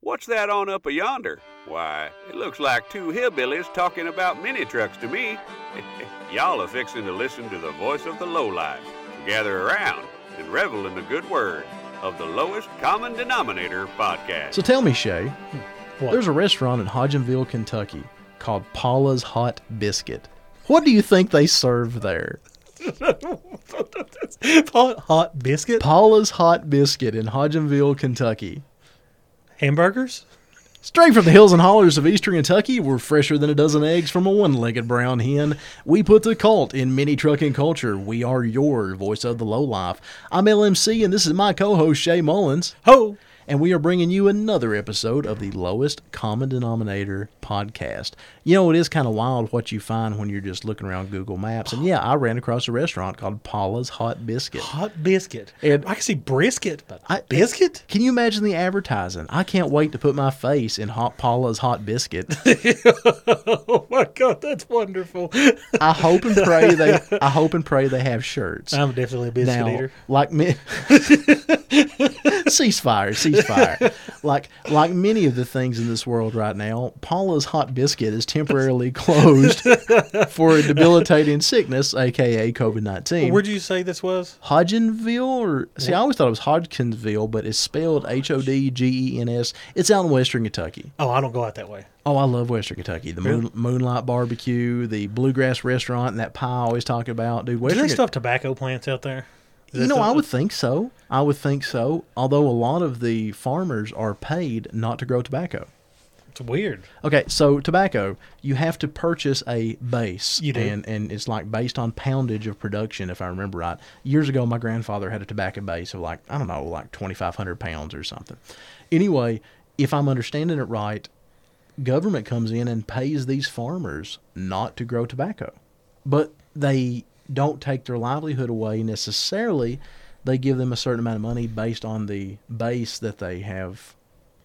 What's that on up a yonder? Why, it looks like two hillbillies talking about mini trucks to me. Y'all are fixing to listen to the voice of the lowlife. Gather around and revel in the good word of the Lowest Common Denominator podcast. So tell me, Shay, What? there's a restaurant in Hodgenville, Kentucky called Paula's Hot Biscuit. What do you think they serve there? hot, hot biscuit Paula's Hot Biscuit in Hodgenville, Kentucky. hamburgers. Straight from the hills and hollers of eastern Kentucky, we're fresher than a dozen eggs from a one legged brown hen. We put the cult in mini trucking culture. We are your voice of the lowlife. I'm LMC, and this is my co host, Shay Mullins, Ho! and we are bringing you another episode of the Lowest Common Denominator podcast. You know, it is kind of wild what you find when you're just looking around Google Maps. And yeah, I ran across a restaurant called Paula's Hot Biscuit. Hot biscuit. And- I can see brisket, but I- biscuit. Can you imagine the advertising? I can't wait to put my face in Hot Paula's Hot Biscuit. Oh my god, that's wonderful. I hope and pray they. I hope and pray they have shirts. I'm definitely a biscuit now, eater. like me, ceasefire, ceasefire. Like like many of the things in this world right now, Paula's Hot Biscuit is temporarily closed for a debilitating sickness, aka COVID nineteen. Where'd you say this was? Hodgenville, or see, I always thought it was Hodgkinsville, but it's spelled H O D G E N S. It's out in Western Kentucky. Oh, I don't go out that way. Oh, I love Western Kentucky. The moon, Moonlight Barbecue, the Bluegrass Restaurant, and that pie I always talk about, dude. Do Western they still have tobacco plants out there? you Is that know, I something- would think so. I would think so. Although a lot of the farmers are paid not to grow tobacco. It's weird. Okay, so tobacco, you have to purchase a base. You do. And, and it's like based on poundage of production, if I remember right. Years ago, my grandfather had a tobacco base of like, I don't know, like 2,500 pounds or something. Anyway, if I'm understanding it right, government comes in and pays these farmers not to grow tobacco. But they don't take their livelihood away necessarily. They give them a certain amount of money based on the base that they have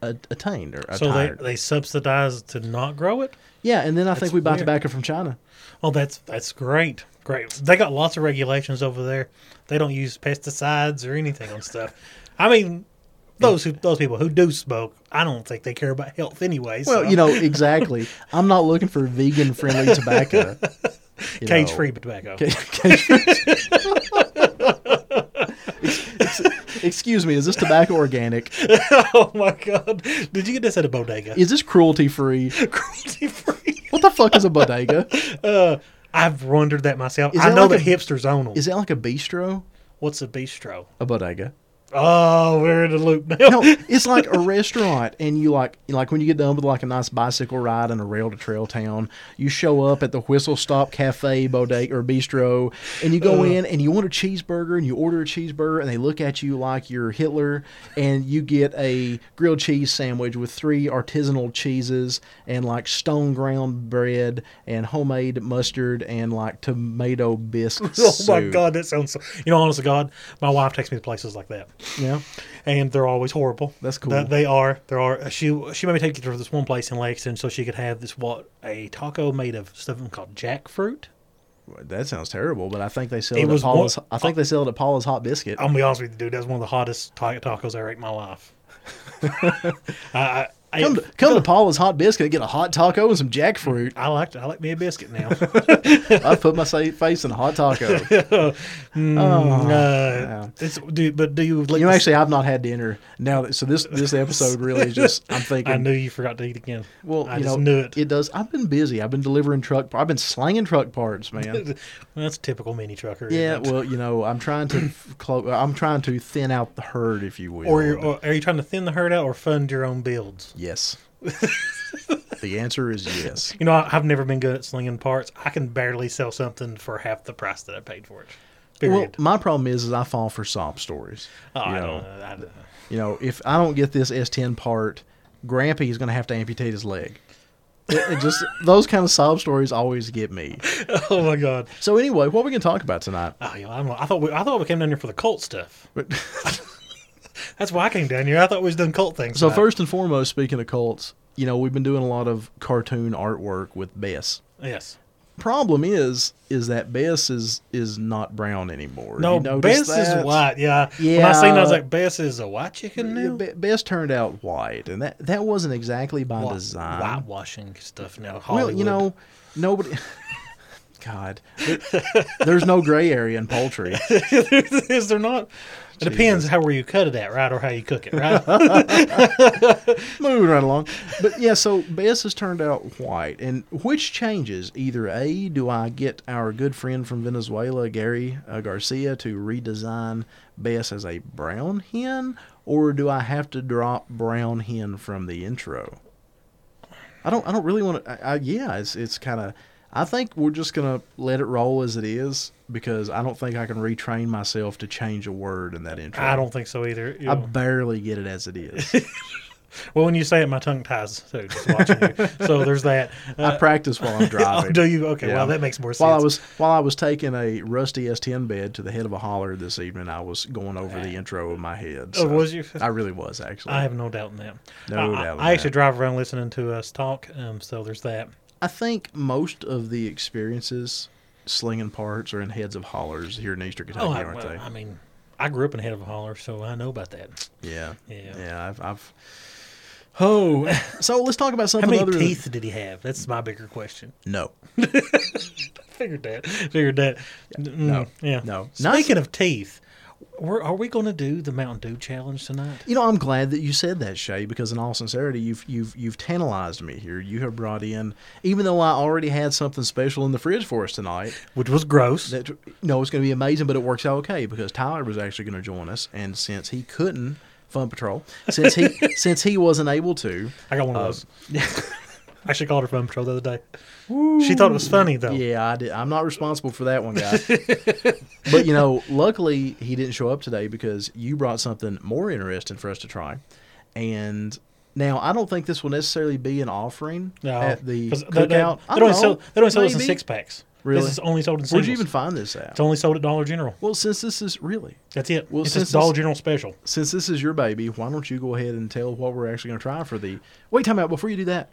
a- attained or So they, attired. they subsidize to not grow it? Yeah, and then I think we buy weird. tobacco from China. Oh, that's that's great. Great. They got lots of regulations over there. They don't use pesticides or anything on stuff. I mean, those who those people who do smoke, I don't think they care about health anyway. Well, so. you know exactly. I'm not looking for vegan friendly tobacco. you know. cage free tobacco. Cage-free. Ex- ex- Excuse me, is this tobacco organic? oh my god! Did you get this at a bodega? Is this cruelty free? Cruelty free. What the fuck is a bodega? Uh, I've wondered that myself. Is I that know like that a- hipsters own them. Is it like a bistro? What's a bistro? A bodega. Oh, we're in a loop now. No, it's like a restaurant, and you like like when you get done with like a nice bicycle ride in a rail to trail town, you show up at the Whistle Stop Cafe, bodega or bistro, and you go in and you want a cheeseburger and you order a cheeseburger, and they look at you like you're Hitler, and you get a grilled cheese sandwich with three artisanal cheeses and like stone ground bread and homemade mustard and like tomato bisque. Oh my soup. god, that sounds so. You know, honest to God, my wife takes me to places like that, Yeah. and they're always horrible. That's cool. That they are. There are. She she made me take her to this one place in Lexington so she could have this what a taco made of something called jackfruit. Well, That sounds terrible, but I think they sell it, It at was one- Paula's. I think they sell it at Paula's Hot Biscuit. I'm gonna be honest with you, dude. That's one of the hottest ta- tacos I ever ate in my life. I, I, I, Come to, come to Paula's Hot Biscuit and get a hot taco and some jackfruit. I like I like me a biscuit now. I put my sa- face in a hot taco. uh, It's dude, but do you? Like Oh, You know, the- actually, I've not had dinner now. That, so this this episode really is just I'm thinking. I knew you forgot to eat again. Well, I you just know, knew it. It does. I've been busy. I've been delivering truck. I've been slanging truck parts, man. Well, that's typical mini trucker. isn't yeah. it? Well, you know, I'm trying to f- clo- I'm trying to thin out the herd, if you will. or, you're- or are you trying to thin the herd out or fund your own builds? yes. the answer is yes. You know, I, I've never been good at slinging parts. I can barely sell something for half the price that I paid for it. Period. Well, my problem is, is I fall for sob stories. oh, you I know, don't, I don't- you know, if I don't get this S10 part, Grampy is going to have to amputate his leg. It, it just those kind of sob stories always get me. oh my god. So anyway, what are we going to talk about tonight? Oh, yeah, I, don't know. I thought we, I thought we came down here for the cult stuff. That's why I came down here. I thought we was doing cult things. So tonight. first and foremost, speaking of cults, you know, we've been doing a lot of cartoon artwork with Bess. Uh, yes, problem is is that Bess is is not brown anymore. Have No, you noticed Bess is that? white. Yeah. When I seen that, I was Yeah. like, Bess is a white chicken Yeah, now? Be- Bess turned out white, and that that wasn't exactly by Whi- design. Whitewashing stuff now. Well, you Hollywood. know, nobody. God, there- there's no gray area in poultry. is there not? It depends how where you cut it at, right, or how you cook it, right? Moving right along, but yeah, so Bess has turned out white, and which changes either a do I get our good friend from Venezuela, Gary uh, Garcia, to redesign Bess as a brown hen, or do I have to drop brown hen from the intro? I don't. I don't really want to. I, I, yeah, it's it's kind of. I think we're just gonna let it roll as it is because I don't think I can retrain myself to change a word in that intro. I don't think so either. You I know. barely get it as it is. well, when you say it, my tongue ties. So just watching you. So there's that. I practice while I'm oh, driving. do you? Okay. Yeah. Well, that makes more sense. While I was while I was taking a rusty S10 bed to the head of a holler this evening, I was going over the intro in my head. Oh, so was you? I really was actually. I have no doubt in that. No I, I- doubt in I actually that. drive around listening to us talk. Um, so there's that. I think most of the experiences slinging parts are in heads of hollers here in Eastern Kentucky, Oh, I, aren't well, they? I mean, I grew up in head of a holler, so I know about that. yeah, Yeah. yeah. I've, I've oh, so let's talk about How something many other teeth did he have? That's my bigger question. than no, Figured that. Figured that. Mm, no, yeah. no. Speaking of teeth, we're, are we going to do the Mountain Dew challenge tonight? You know, I'm glad that you said that, Shay, because in all sincerity, you've you've you've tantalized me here. You have brought in, even though I already had something special in the fridge for us tonight. Which was gross. That no, it's going to be amazing, but it works out okay because Tyler was actually going to join us, and since he couldn't, Fun Patrol, since he since he wasn't able to, I got one of those. I actually called her phone patrol the other day. She thought it was funny though. Yeah, I did. I'm not responsible for that one, guys. but you know, luckily he didn't show up today because you brought something more interesting for us to try. And now I don't think this will necessarily be an offering No, at the 'cause cookout. They, I don't they, don't sell. know. They don't sell this in Maybe. six packs. Really? This is only sold in Where'd singles. you even find this at? It's only sold at Dollar General. Well, since this is really That's it. Well, it's since just Dollar this- General special. since this is your baby, why don't you go ahead and tell what we're actually going to try for the? Wait, time out before you do that.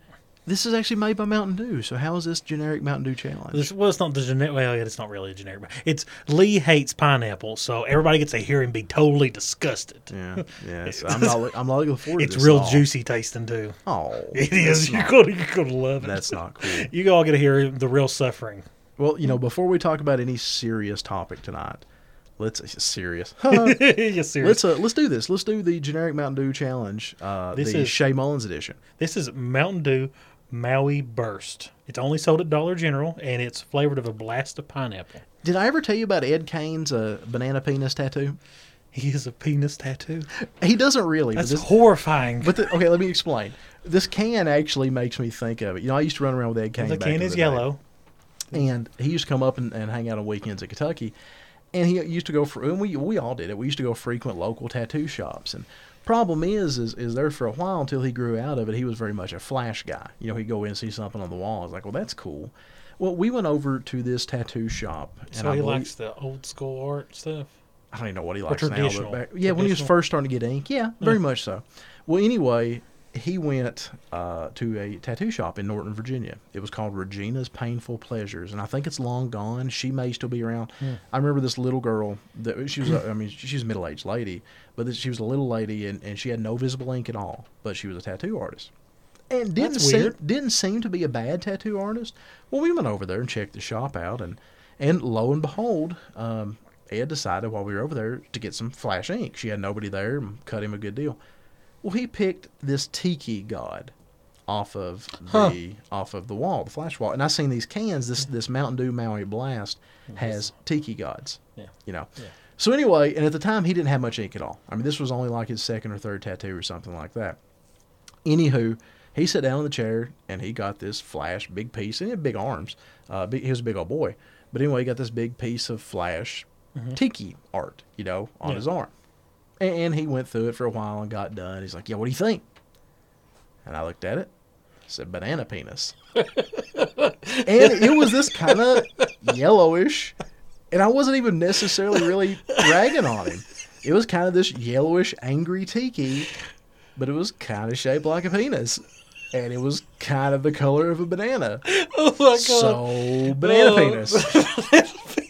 This is actually made by Mountain Dew, so how is this generic Mountain Dew challenge? This, well, it's not the generic. Well, yeah, it's not really a generic. But it's Lee hates pineapple, so everybody gets to hear him be totally disgusted. yeah, yeah. it's- I'm not. look- I'm not looking forward It's to this. real at all. juicy tasting too. Oh, It is. You're gonna, you're gonna love it. That's not cool. You all get to hear the real suffering. Well, you know, before we talk about any serious topic tonight, let's serious. yes, seriously. let's uh, let's do this. Let's do the generic Mountain Dew challenge. Uh, This the is- Shea Mullins edition. This is Mountain Dew Maui Burst. It's only sold at Dollar General, and it's flavored of a blast of pineapple. Did I ever tell you about Ed Kane's uh, banana penis tattoo? He has a penis tattoo. He doesn't really. That's but this, horrifying. but the, okay, let me explain. This can actually makes me think of it. You know, I used to run around with Ed Kane. the back in can is day. yellow. and he used to come up and, and hang out on weekends at Kentucky. And he used to go for, and we we all did it. We used to go frequent local tattoo shops. And problem is, is is there for a while until he grew out of it. He was very much a flash guy. You know, he'd go in and see something on the wall. I was like, well, that's cool. Well, we went over to this tattoo shop, and So I, he believe- likes the old school art stuff. I don't even know what he likes now. But traditional. back, yeah, when he was Traditional. first starting to get ink, yeah, very much so. Well, anyway, he went uh, to a tattoo shop in Norton, Virginia. It was called Regina's Painful Pleasures, and I think it's long gone. She may still be around. I remember this little girl that she was. a- I mean, she was a middle-aged lady, but this, she was a little lady, and, and she had no visible ink at all. But she was a tattoo artist and didn't That's seem, weird. didn't seem to be a bad tattoo artist. Well, we went over there and checked the shop out, and and lo and behold, um, Ed decided while we were over there to get some flash ink. She had nobody there, and cut him a good deal. Well, he picked this tiki god off of the Huh. off of the wall, the flash wall, and I seen these cans. This this Mountain Dew Maui Blast has tiki gods. Yeah. You know. So anyway, and at the time he didn't have much ink at all. I mean, this was only like his second or third tattoo or something like that. Anywho, he sat down in the chair and he got this flash, big piece, and he had big arms. Uh, big, he was a big old boy. But anyway, he got this big piece of flash tiki art, you know, on Mm-hmm. Yeah. his arm. And, and he went through it for a while and got done. He's like, Yeah, what do you think? And I looked at it, said, Banana penis. and it was this kind of yellowish, and I wasn't even necessarily really ragging on him. It was kind of this yellowish, angry tiki but it was kind of shaped like a penis. and it was kind of the color of a banana. Oh my god. So banana Oh. penis.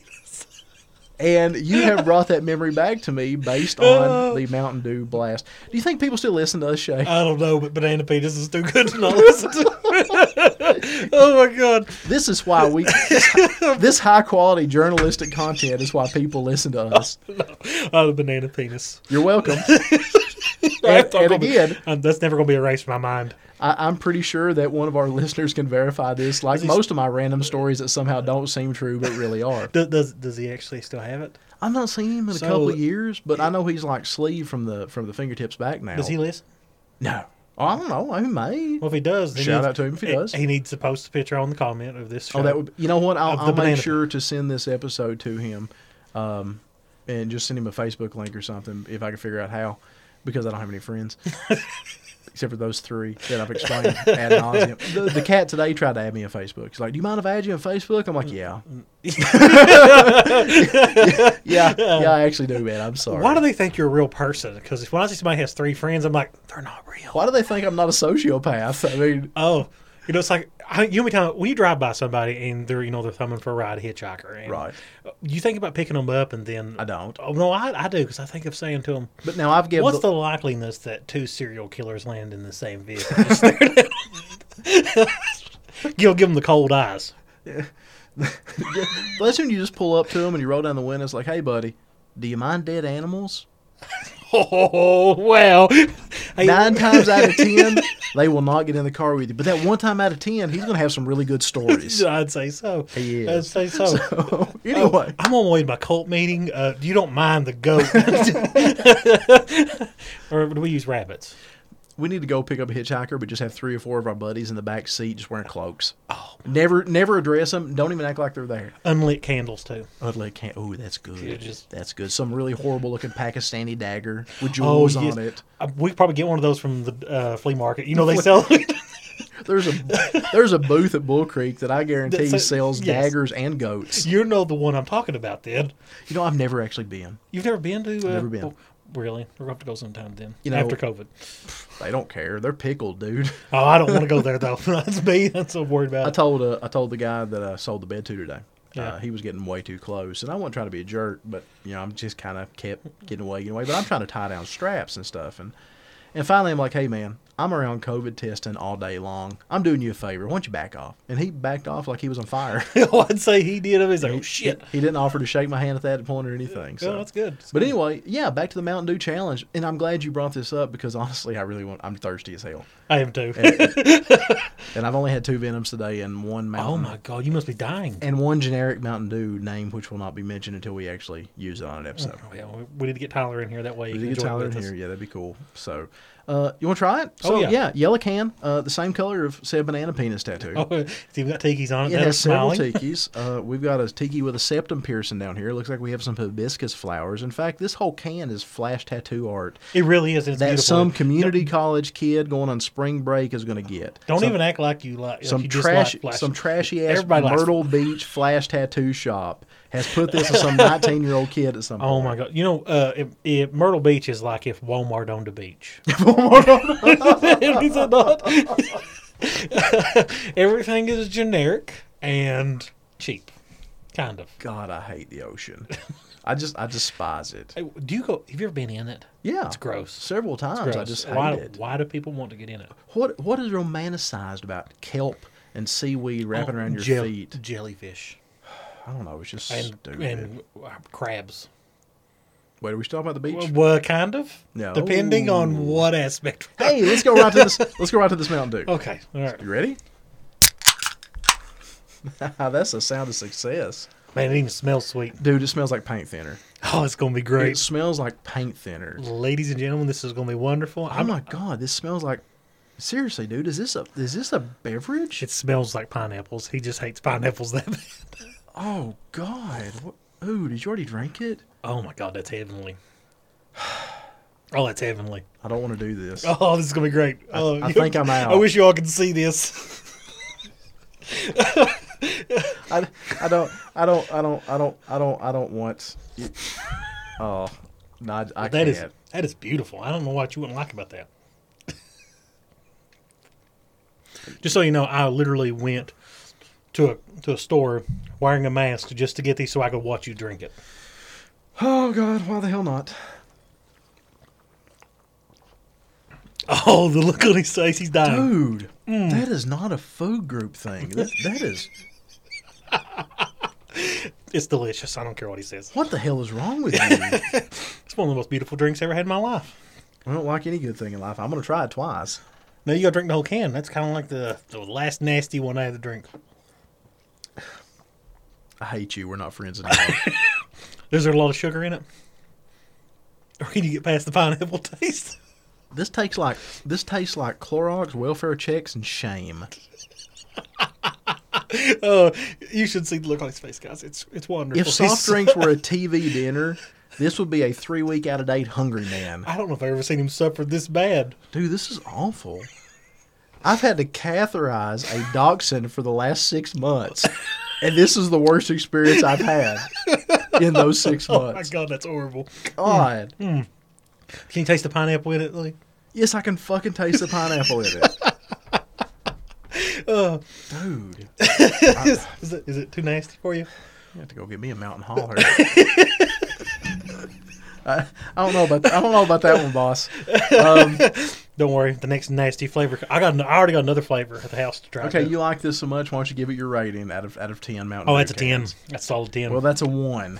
and you have brought that memory back to me based on the Mountain Dew blast. Do you think people still listen to us, Shay? I don't know, but banana penis is too good to not listen to. oh my god. this is why we this high quality journalistic content is why people listen to us. Oh, the banana penis. You're welcome. and That's not and gonna be- again, um, that's never going to be erased from my mind. I, I'm pretty sure that one of our listeners can verify this, like most of my random stories that somehow don't seem true but really are. Does, does does he actually still have it? I've not seen him in a So- couple of years, but I know he's like sleeve from the from the fingertips back now. Does he listen? No, I don't know. He may. Well, if he does, he Shout needs- out to him if he does. He needs to post a picture on the comment of this. Show. Oh, that would. You know what? I'll, Of the I'll make banana. sure to send this episode to him, um, and just send him a Facebook link or something if I can figure out how, because I don't have any friends. Except for those three that I've explained ad nauseum. The, the cat today tried to add me on Facebook. He's like, "Do you mind if I add you on Facebook?" I'm Mm, like, "Yeah, yeah, yeah." I actually do, man. I'm sorry. mm. Why do they think you're a real person? Because when I see somebody has three friends, I'm like, they're not real. Why do they think I'm not a sociopath? I mean, Oh, you know, it's like I, you know, me time when you drive by somebody and they're you know they're thumbing for a ride, a hitchhiker, and Right. You think about picking them up, and then I don't. Oh no, I, I do because I think of saying to them, But now I've given. "What's the likeliness that two serial killers land in the same vehicle?" You'll give them the cold eyes. Well, that's when you just pull up to them and you roll down the window. It's like, hey, buddy, do you mind dead animals? Oh wow! Hey, Nine times out of ten, they will not get in the car with you. But that one time out of ten, he's going to have some really good stories. I'd say so. He I'd is. say so. So, anyway, I'm on my way to my cult meeting. Uh, you don't mind the goat, or do we use rabbits? we need to go pick up a hitchhiker, but just have three or four of our buddies in the back seat, just wearing cloaks. Oh, never, never address them. Don't even act like they're there. Unlit candles too. Unlike, can't. Oh, that's good. just- That's good. Some really horrible looking Pakistani dagger with jewels Oh, yes. on it. Uh, we could probably get one of those from the uh, flea market. You know they sell. There's a there's a booth at Bull Creek that I guarantee That's a- sells yes. daggers and goats. you know the one I'm talking about. Then You know, I've never actually been. you've never been to. Uh, Never been. oh, really, we're gonna have to go sometime then. You know- after COVID. They don't care. They're pickled, dude. Oh, I don't want to go there though. that's me. That's what I'm worried I about. told uh, I told the guy that I sold the bed to today. Uh, Yeah. he was getting way too close, and I wasn't trying to be a jerk, but you know, I'm just kind of kept getting away, getting away. But I'm trying to tie down straps and stuff, and and finally, I'm like, hey man, I'm around COVID testing all day long. I'm doing you a favor. Why don't you back off? And he backed off like he was on fire. I'd say he did. I was like, oh shit. He didn't offer to shake my hand at that point or anything. So Oh, that's good. That's But anyway, yeah, back to the Mountain Dew challenge, and I'm glad you brought this up because honestly, I really want. I'm thirsty as hell, I am too. and I've only had two Venoms today and one Mountain. oh my god, you must be dying. And one generic Mountain Dew name, which will not be mentioned until we actually use it on an episode. Oh, yeah, we, we need to get Tyler in here. That way, he Did you can get join Tyler in with us. here? Yeah, that'd be cool. So, uh, you want to try it? Oh, So, yeah. yellow can, uh, the same color of said banana penis tattoo. Oh, it's even got tiki's on it. It that are has several smiling. tikis. Uh, we've got a tiki with a septum piercing down here. It looks like we have some hibiscus flowers. In fact, this whole can is flash tattoo art. It really is. and It's that beautiful. some community college kid going on spring break is going to get. Don't Some- even act like you like some you trash, Just like flash- some trashy ass Everybody likes- Myrtle Beach flash tattoo shop has put this in some nineteen year old kid at some. Oh my god! You know, uh, if, if Myrtle Beach is like if Walmart owned a beach. Is it not? Everything is generic and cheap, kind of. god, I hate the ocean. I just I despise it. Hey, Do you go? Have you ever been in it? Yeah, it's gross. Several times I Gross. just hate why, it. why do people want to get in it? What what is romanticized about kelp and seaweed wrapping around your Jell- feet? Oh, jellyfish, I don't know. It's just and stupid. and uh, crabs. Wait, are we still about the beach? Well, well, kind of. No. Depending on what aspect. hey, let's go right to this. Let's go right to this Mountain Dew. Okay. All right. You ready? That's a sound of success. Man, it even smells sweet. Dude, it smells like paint thinner. Oh, it's gonna be great. It smells like paint thinner. Ladies and gentlemen, this is gonna be wonderful. Oh I'm, my god, this smells like seriously, dude, is this a is this a beverage? it smells like pineapples. He just hates pineapples that bad. Oh god. What, ooh, did you already drink it? Oh my god, that's heavenly. Oh, that's heavenly. I don't want to do this. Oh, this is gonna be great. Oh, I think I'm out. I wish you all could see this. I, I don't I don't I don't I don't I don't I don't want Oh, no, I, I That can't. is that is beautiful. I don't know what you wouldn't like about that. Just so you know, I literally went to a to a store wearing a mask just to get these so I could watch you drink it. Oh God, why the hell not? Oh, the look on his face, he's dying. Dude, Mm. that is not a food group thing. That, that is It's delicious. I don't care what he says. what the hell is wrong with you? It's one of the most beautiful drinks I ever had in my life. I don't like any good thing in life. I'm gonna try it twice. Now you gotta drink the whole can. That's kind of like the, the last nasty one I had to drink. I hate you. We're not friends anymore. Is there a lot of sugar in it? Or can you get past the pineapple taste? this takes like this tastes like Clorox, welfare checks, and shame. Oh, you should see the look on his face, guys. It's it's wonderful. If soft He's- drinks were a TV dinner, this would be a three week out of date hungry man. I don't know if I've ever seen him suffer this bad. Dude, this is awful. I've had to catheterize a dachshund for the last six months, and this is the worst experience I've had in those six Oh my months. god, that's horrible. God. Can you taste the pineapple in it, Lee? Yes, I can fucking taste the pineapple in it. Uh, Dude, is, is it, is it too nasty for you? you have to go get me a mountain holler. I, I don't know about that. I don't know about that one, boss. Um, Don't worry. The next nasty flavor, I got. an- I already got another flavor at the house to try. okay, too. you like this so much. Why don't you give it your rating out of out of ten? Mountain. Oh, Dew that's a ten. cans? That's solid ten. Well, that's a one.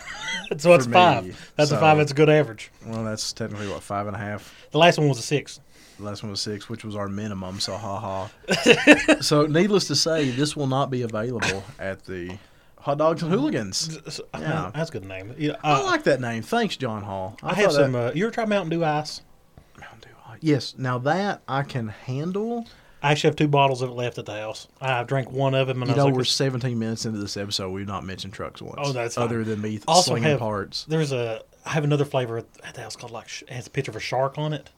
so that's for me, five. That's a so- five. That's a good average. Well, that's technically what five and a half. The last one was a six. The last one was six, which was our minimum. So, ha ha. so, needless to say, this will not be available at the Hot Dogs and Hooligans. So- Yeah. That's a good name. Yeah, I uh, like that name. Thanks, John Hall. I, thought have some. that- Uh, you ever try Mountain Dew Ice? Mountain Dew Hot- yes. Now that I can handle. I actually have two bottles of it left at the house. I drank one of them, and You I was know, like, we're 17 minutes into this episode. We've not mentioned trucks once. Oh, that's fine. other than me th- also slinging have parts. There's a. I have another flavor at the house called like sh- it has a picture of a shark on it.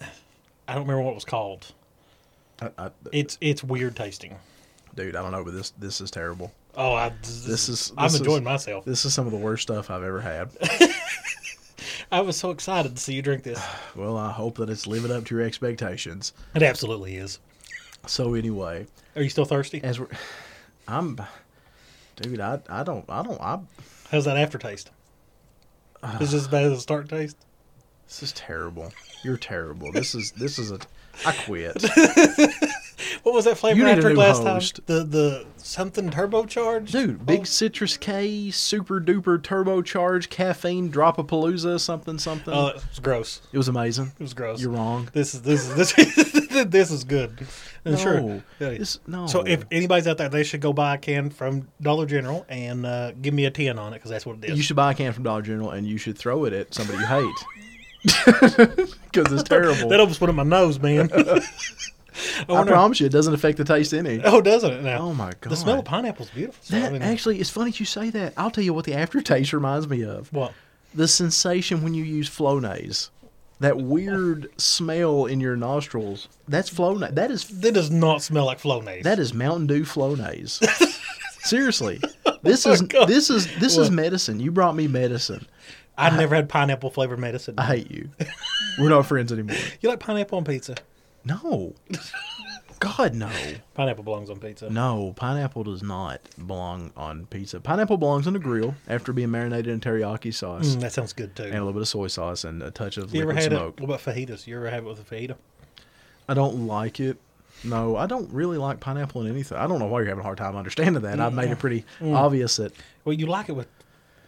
I don't remember what it was called. I, I, It's it's weird tasting. dude, I don't know, but this this is terrible. Oh, I, This is- I'm this is- enjoying myself. This is some of the worst stuff I've ever had. I was so excited to see you drink this. well, I hope that it's living up to your expectations. It absolutely is. So anyway, Are you still thirsty? as we're I'm dude, I I don't I don't I How's that aftertaste? Is this as bad as the start taste? this is terrible. You're terrible. This is this is a I quit. What was that flavor You need a after new last host. time? The the something turbocharged. Dude, Oh, big citrus K, super duper turbocharged caffeine drop a palooza, something something. Oh, it was gross. it was amazing. It was gross. You're wrong. This is this is this this is good. And No, oh. sure. this- no. So if anybody's out there, they should go buy a can from Dollar General and uh, give me a ten on it because that's what it is. You should buy a can from Dollar General and you should throw it at somebody you hate. Because it's terrible. that almost went in my nose, man. I I wonder. promise you, it doesn't affect the taste any. oh, doesn't it now? Oh my The smell God. of pineapple's beautiful. so I That mean- actually, it's funny that you say that. I'll tell you what the aftertaste reminds me of. what? The sensation when you use Flonase, that weird smell in your nostrils. That's Flonase. That is That does not smell like Flonase. that is Mountain Dew Flonase. Seriously, this is Oh God. this is this is What? medicine. You brought me medicine. I've never had pineapple flavored medicine. I hate you. We're not friends anymore. you like pineapple on pizza? No. God no. Pineapple belongs on pizza. No, pineapple does not belong on pizza. Pineapple belongs on a grill after being marinated in teriyaki sauce Mm, that sounds good too. and a little bit of soy sauce and a touch of you ever liquid had smoke. it? What about fajitas? You ever have it with a fajita? I don't like it. No, I don't really like pineapple in anything. I don't know why you're having a hard time understanding that. I've Mm. made it pretty obvious that Well, you like it with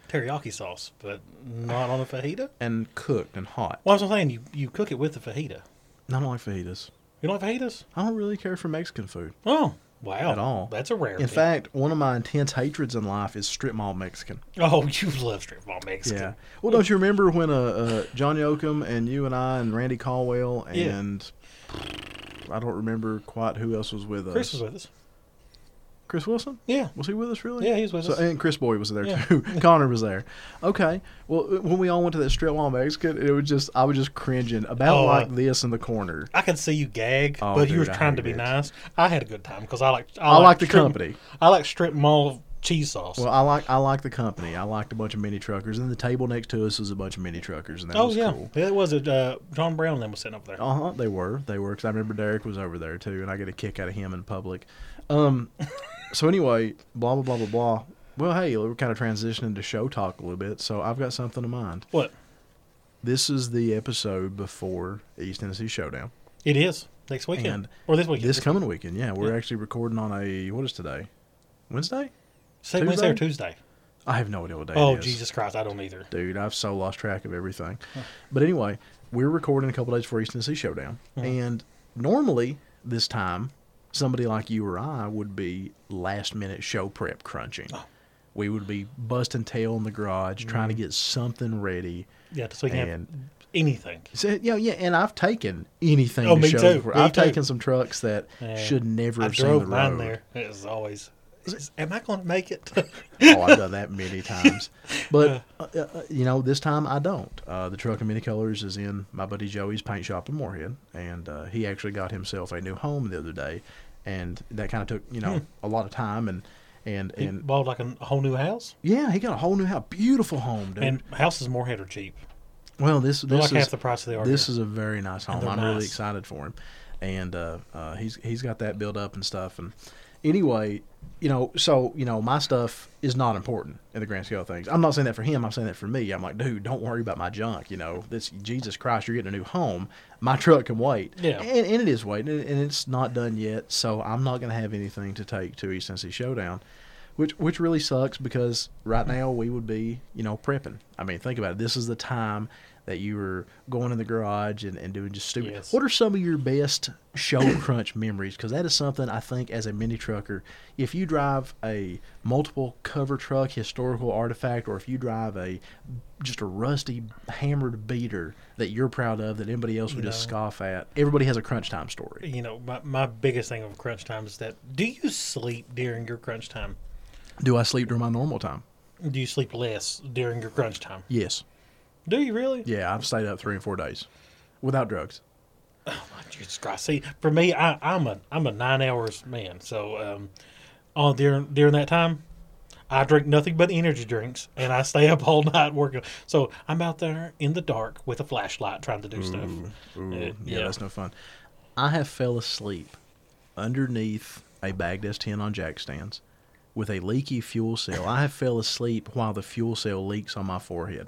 teriyaki sauce, but not on a fajita. and cooked and hot. Well, I was saying you, you cook it with the fajita. I don't like fajitas. You don't like fajitas? I don't really care for Mexican food Oh, wow! at all. That's a rarity. In fact, one of my intense hatreds in life is strip mall Mexican. oh, you love strip mall Mexican. Yeah. Well, don't you remember when uh, uh, Johnny Oakham and you and I and Randy Caldwell Yeah. and I don't remember quite who else was with us. Chris was with us. Chris Wilson. Yeah, Was he with us really? Yeah, he was with So- us. And Chris Boyd was there Yeah. too. Connor was there. Okay. Well, uh, when we all went to that strip mall Mexican, it was just I was just cringing about Oh, uh, like this in the corner. I can see you gag, Oh, but you dude, were I trying to be hated it. nice. I had a good time because I like I like the strip- company. I like strip mall cheese sauce. Well, I like I like the company. I liked a bunch of mini truckers, and the table next to us was a bunch of mini truckers, and that oh was yeah, cool. it was a uh, John Brown. Then was sitting up there. Uh huh. They were. They were. Because I remember Derek was over there too, and I get a kick out of him in public. Um. so anyway, blah blah blah blah blah. Well, hey, we're kind of transitioning to show talk a little bit, so I've got something in mind. What? This is the episode before East Tennessee Showdown. It is next weekend And or this weekend. This coming weekend, yeah, we're Yeah. actually recording on a what is today? Wednesday? Tuesday? Wednesday or Tuesday? Tuesday? I have no idea what day. Oh it is. Jesus Christ, I don't either. dude. I've so lost track of everything. But anyway, we're recording a couple days before East Tennessee Showdown, Mm-hmm. and normally this time, somebody like you or I would be last minute show prep crunching. Oh. We would be busting tail in the garage trying to get something ready. Yeah, this weekend Mm-hmm. have And- anything. So, you know, yeah, and I've taken anything Oh, to me show too, before. me I've too. taken some trucks that Yeah. should never I have seen drove the mine road. there. It was always. is- am I going to make it? oh, I've done that many times. But, uh, uh, uh, you know, this time I don't. Uh, the truck in many colors is in my buddy Joey's paint shop in Moorhead. And uh, he actually got himself a new home the other day. And that kind of took, you know, a lot of time. And, and, Hmm. He and bought like a whole new house. yeah, he got a whole new house. Beautiful home, dude. And houses in Moorhead are cheap. well, this, They're this like is, half the price they are. this here. is a very nice home. they're I'm really nice. excited for him, and uh, uh, he's he's got that built up and stuff. And anyway, you know, so you know, my stuff is not important in the grand scale of things. I'm not saying that for him. I'm saying that for me. I'm like, dude, don't worry about my junk. You know, this Jesus Christ, you're getting a new home. My truck can wait. Yeah. and, and it is waiting, and- and it's not done yet. So I'm not going to have anything to take to East Tennessee Showdown. Which, which really sucks because right now we would be you know prepping. I mean, think about it. This is the time that you were going in the garage and, and doing just stupid. Yes. What are some of your best show crunch memories? Because that is something I think as a mini trucker, if you drive a multiple cover truck historical artifact, or if you drive a just a rusty hammered beater that you're proud of that anybody else would just No. scoff at, everybody has a crunch time story. you know, my, my biggest thing of crunch time is that do you sleep during your crunch time? Do I sleep during my normal time? Do you sleep less during your crunch time? Yes. Do you really? Yeah, I've stayed up three and four days without drugs. Oh, Jesus Christ! See, for me, I, I'm a I'm a nine hours man. So, um, on during during that time, I drink nothing but energy drinks, and I stay up all night working. So I'm out there in the dark with a flashlight trying to do stuff. Ooh, Uh, yeah, that's no fun. I have fell asleep underneath a bag that's tin on jack stands with a leaky fuel cell. I have fell asleep while the fuel cell leaks on my forehead.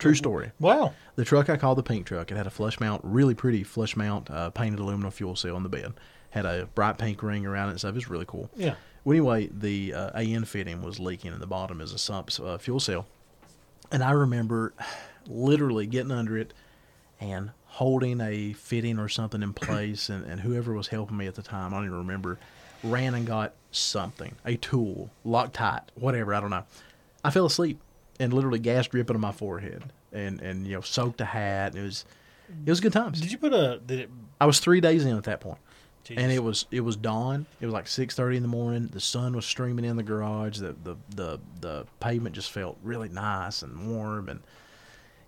True story. wow. The truck I called the pink truck, it had a flush mount, really pretty flush mount, uh, painted aluminum fuel cell in the bed. Had a bright pink ring around it and stuff. It was really cool. Yeah. Well, anyway, the uh, AN fitting was leaking in the bottom as a sump uh, fuel cell. And I remember literally getting under it and holding a fitting or something in place. And, and whoever was helping me at the time, I don't even remember, ran and got something a tool, Loctite, whatever, I don't know. I fell asleep and literally gas dripping on my forehead and, and you know, soaked a hat. It was, it was good times. Did you put a? Did it? I was three days in at that point. Jesus. And it was it was dawn. It was like six thirty in the morning. The sun was streaming in the garage. The, the the the pavement just felt really nice and warm and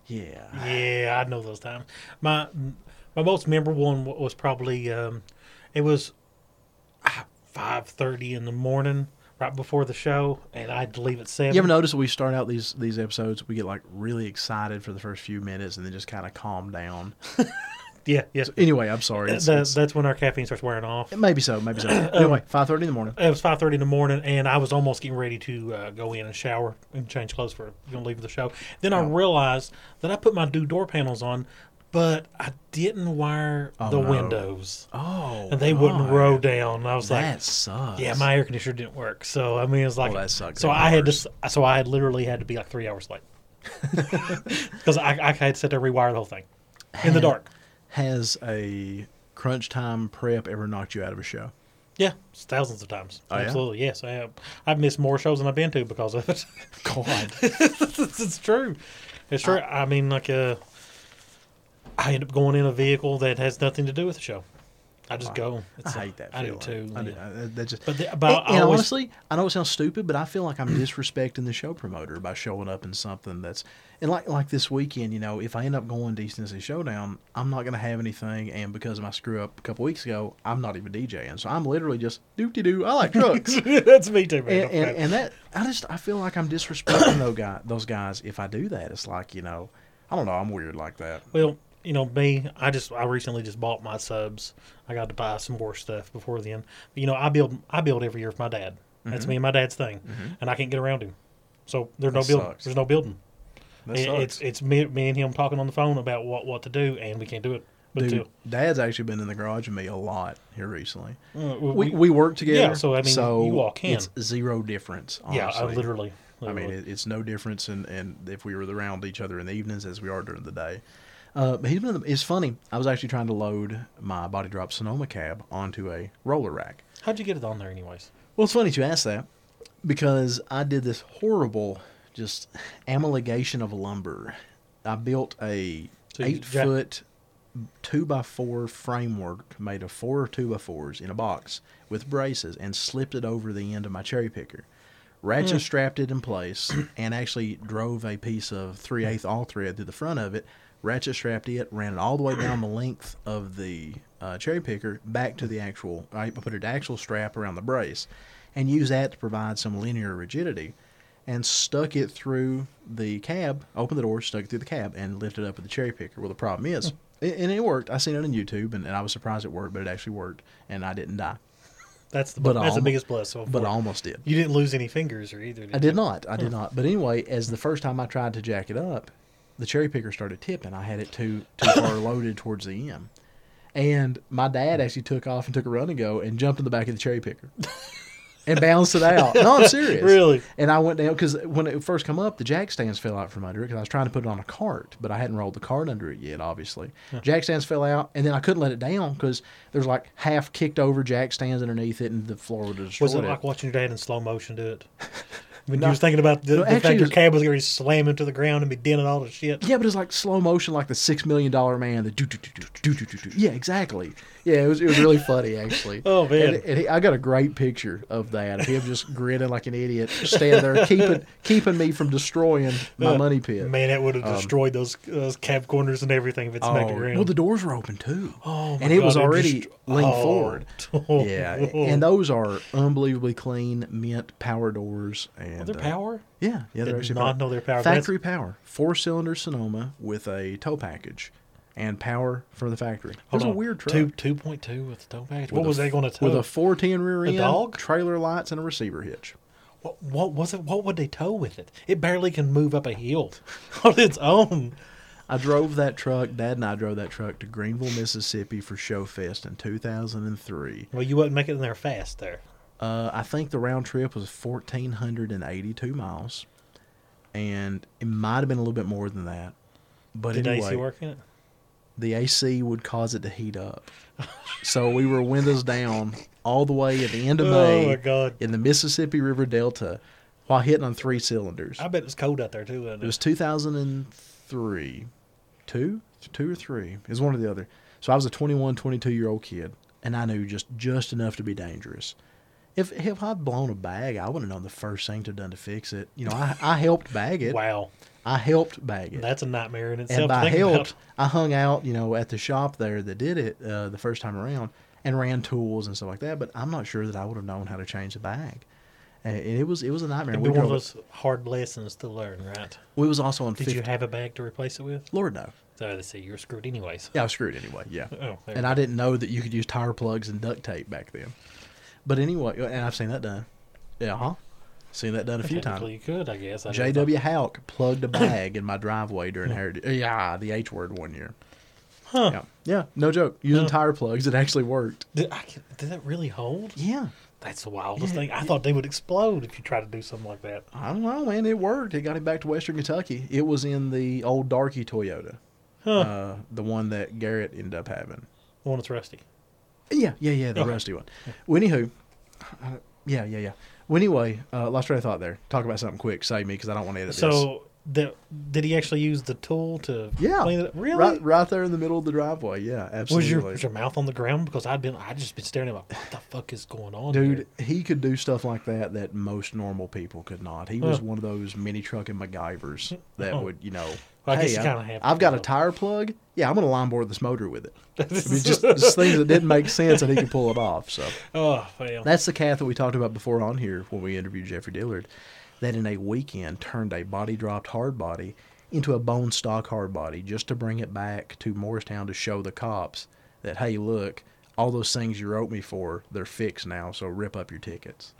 yeah. Yeah, I know those times. My my most memorable one wa- was probably um, it was ah, five thirty in the morning, right before the show, and I had to leave at seven. You ever notice we start out these these episodes, we get like really excited for the first few minutes and then just kind of calm down. yeah, yeah. Anyway, I'm sorry. It's, That, it's- that's when our caffeine starts wearing off. maybe so, maybe so. Anyway, five thirty in the morning. It was five thirty in the morning, and I was almost getting ready to uh, go in and shower and change clothes for going to leave the show. Then Oh. I realized that I put my new door panels on, but I didn't wire the Oh, no. windows, Oh, and they wouldn't God. roll down. And I was like, That sucks. Yeah, my air conditioner didn't work. So I mean, it was like Oh, that sucks So even I had to. worse. s- So I had literally had to be like three hours late because I, I had to sit there and rewire the whole thing in the dark. has a crunch time prep ever knocked you out of a show? Yeah, thousands of times. Oh, yeah? Absolutely, yes. I have. I've missed more shows than I've been to because of it. God. it's, it's true. It's true. I, mean, like uh, I end up going in a vehicle that has nothing to do with the show. I just go. It's I a- hate that. I do feeling. too. I do. yeah. I- that- that just. But the- but and, I and always- honestly, I know it sounds stupid, but I feel like I'm disrespecting the show promoter by showing up in something that's and like like this weekend. You know, if I end up going to East Tennessee Showdown, I'm not going to have anything, and because of my screw up a couple weeks ago, I'm not even DJing. So I'm literally just doop de doo. I like trucks. That's me too, man. and, and, and that I just I feel like I'm disrespecting those guys, those guys if I do that. It's like you know I don't know I'm weird like that. well, you know me. I just I recently just bought my subs. I got to buy some more stuff before then. But, you know, I build I build every year for my dad. That's me and my dad's thing, and I can't get around him. So there's Mm-hmm. no That build. sucks. There's no building. That It- sucks. it's it's me, me and him talking on the phone about what what to do, and we can't do it. But Dude, till- Dad's actually been in the garage with me a lot here recently. uh, We, we work together. Yeah, so, I mean, you all can. It's zero difference. Honestly. yeah, I literally, I mean, literally. it, it's no difference in, in if we were around each other in the evenings as we are during the day. Uh, but he's been. in the- It's funny. I was actually trying to load my body drop Sonoma cab onto a roller rack. how'd you get it on there, anyways? Well, it's funny you ask that because I did this horrible just amalgamation of lumber. I built a So you- eight foot two by four framework made of four two by fours in a box with braces and slipped it over the end of my cherry picker. Ratchet strapped it in place and actually drove a piece of three eighth all thread through the front of it. Ratchet strapped it, ran it all the way down the length of the uh, cherry picker back to the actual. I put an actual strap around the brace, and used that to provide some linear rigidity. And stuck it through the cab, opened the door, stuck it through the cab, and lifted up with the cherry picker. Well, the problem is, a- and it worked. I seen it on YouTube, and, and I was surprised it worked, but it actually worked, and I didn't die. That's the But that's the almo- biggest plus. So But far. I almost did. you didn't lose any fingers or either. Did I you? did not. I did not. But anyway, as the first time I tried to jack it up, the cherry picker started tipping. I had it too too far loaded towards the end. And my dad actually took off and took a run and go and jumped in the back of the cherry picker and bounced it out. No, I'm serious. Really? And I went down because when it first come up, the jack stands fell out from under it because I was trying to put it on a cart, but I hadn't rolled the cart under it yet, obviously. Jack stands fell out, and then I couldn't let it down because there's like half kicked over jack stands underneath it, and the floor would have destroyed Was it it. like watching your dad in slow motion do it? When you was thinking about the, No, the actually, fact your it's- cab was going to slam into the ground and be dented all the shit. Yeah, but it's like slow motion, like the Six Million Dollar Man. The do do do do do do do. Yeah, exactly. Yeah, it was it was really funny actually. Oh, man. And, and he, I got a great picture of that of him just grinning like an idiot, standing there keeping keeping me from destroying my money pit. Man, that would have destroyed those those cab corners and everything if it smacked the Um, Oh, ground. well, the doors were open too. Oh, my and it was God, it already just- leaned Oh. forward. Yeah, and those are unbelievably clean mint power doors. And their uh, power. Yeah, yeah, Did they're actually not know their power. That's- Factory power, four cylinder Sonoma with a tow package, and power for the factory. It was Hold a on. weird truck. Two two point two with the tow package. With What a was they f- going to tow? With a four ten rear end, dog? trailer lights, and a receiver hitch. what, what was it? What would they tow with it? It barely can move up a hill on its own. I drove that truck. Dad and I drove that truck to Greenville, Mississippi for Show Fest in 2003. Well, you wouldn't make it in there fast there. Uh, I think the round trip was 1,482 miles, and it might have been a little bit more than that. But Did anyway, AC work in it? the AC would cause it to heat up. so we were windows down all the way at the end of Oh, May my God. in the Mississippi River Delta while hitting on three cylinders. I bet it's cold out there too. wasn't It was 2003. Two? Two or three. It was one or the other. So I was a 21, 22 year old kid, and I knew just, just enough to be dangerous. If, if I'd blown a bag, I would have known the first thing to have done to fix it. You know, I, I helped bag it. Wow, I helped bag it. that's a nightmare in itself. And to by think about. help, I hung out, you know, at the shop there that did it uh, the first time around and ran tools and stuff like that. But I'm not sure that I would have known how to change the bag. And and it was it was a nightmare. It'd We be one of drove- those hard lessons to learn, right? we was also on. Did 50, you have a bag to replace it with? Lord no. So they say you're screwed anyways. Yeah, I was screwed anyway. Yeah. Oh, there and I didn't know that you could use tire plugs and duct tape back then. But anyway, and I've seen that done. Yeah, huh? Seen that done a few times. Technically, you could, I guess. I don't know. J.W. Houck plugged a bag in my driveway during Heritage. Yeah, the H word one year. Huh. Yeah, yeah, no joke. Using Huh. tire plugs, it actually worked. Did, I, can- did that really hold? Yeah, That's the wildest Yeah, thing. I thought they would explode if you tried to do something like that. I don't know, man. It worked. It got him back to Western Kentucky. It was in the old darky Toyota, uh, the one that Garrett ended up having. The one that's rusty. Yeah, yeah, yeah, the Okay. rusty one. Well, anywho, uh, yeah, yeah, yeah. Well, anyway, uh, lost train of thought there. Talk about something quick. Save me because I don't want to edit this. So The, did he actually use the tool to Yeah. clean it up? Really? Right, right there in the middle of the driveway. Yeah, absolutely. Was your, was your mouth on the ground? Because I'd been, I'd just been staring at him like, what the fuck is going on, Dude, he could do stuff like that that most normal people could not. He was Huh. one of those mini trucking MacGyvers that Oh. would, you know, Well, I guess hey, you I- kinda have to I've got a know." tire plug. Yeah, I'm going to line board this motor with it. I mean, just, just things that didn't make sense and he could pull it off. So Oh, well. that's the cat that we talked about before on here when we interviewed Jeffrey Dillard that in a weekend turned a body dropped hard body into a bone stock hard body just to bring it back to Morristown to show the cops that, hey, look, all those things you wrote me for, they're fixed now, so rip up your tickets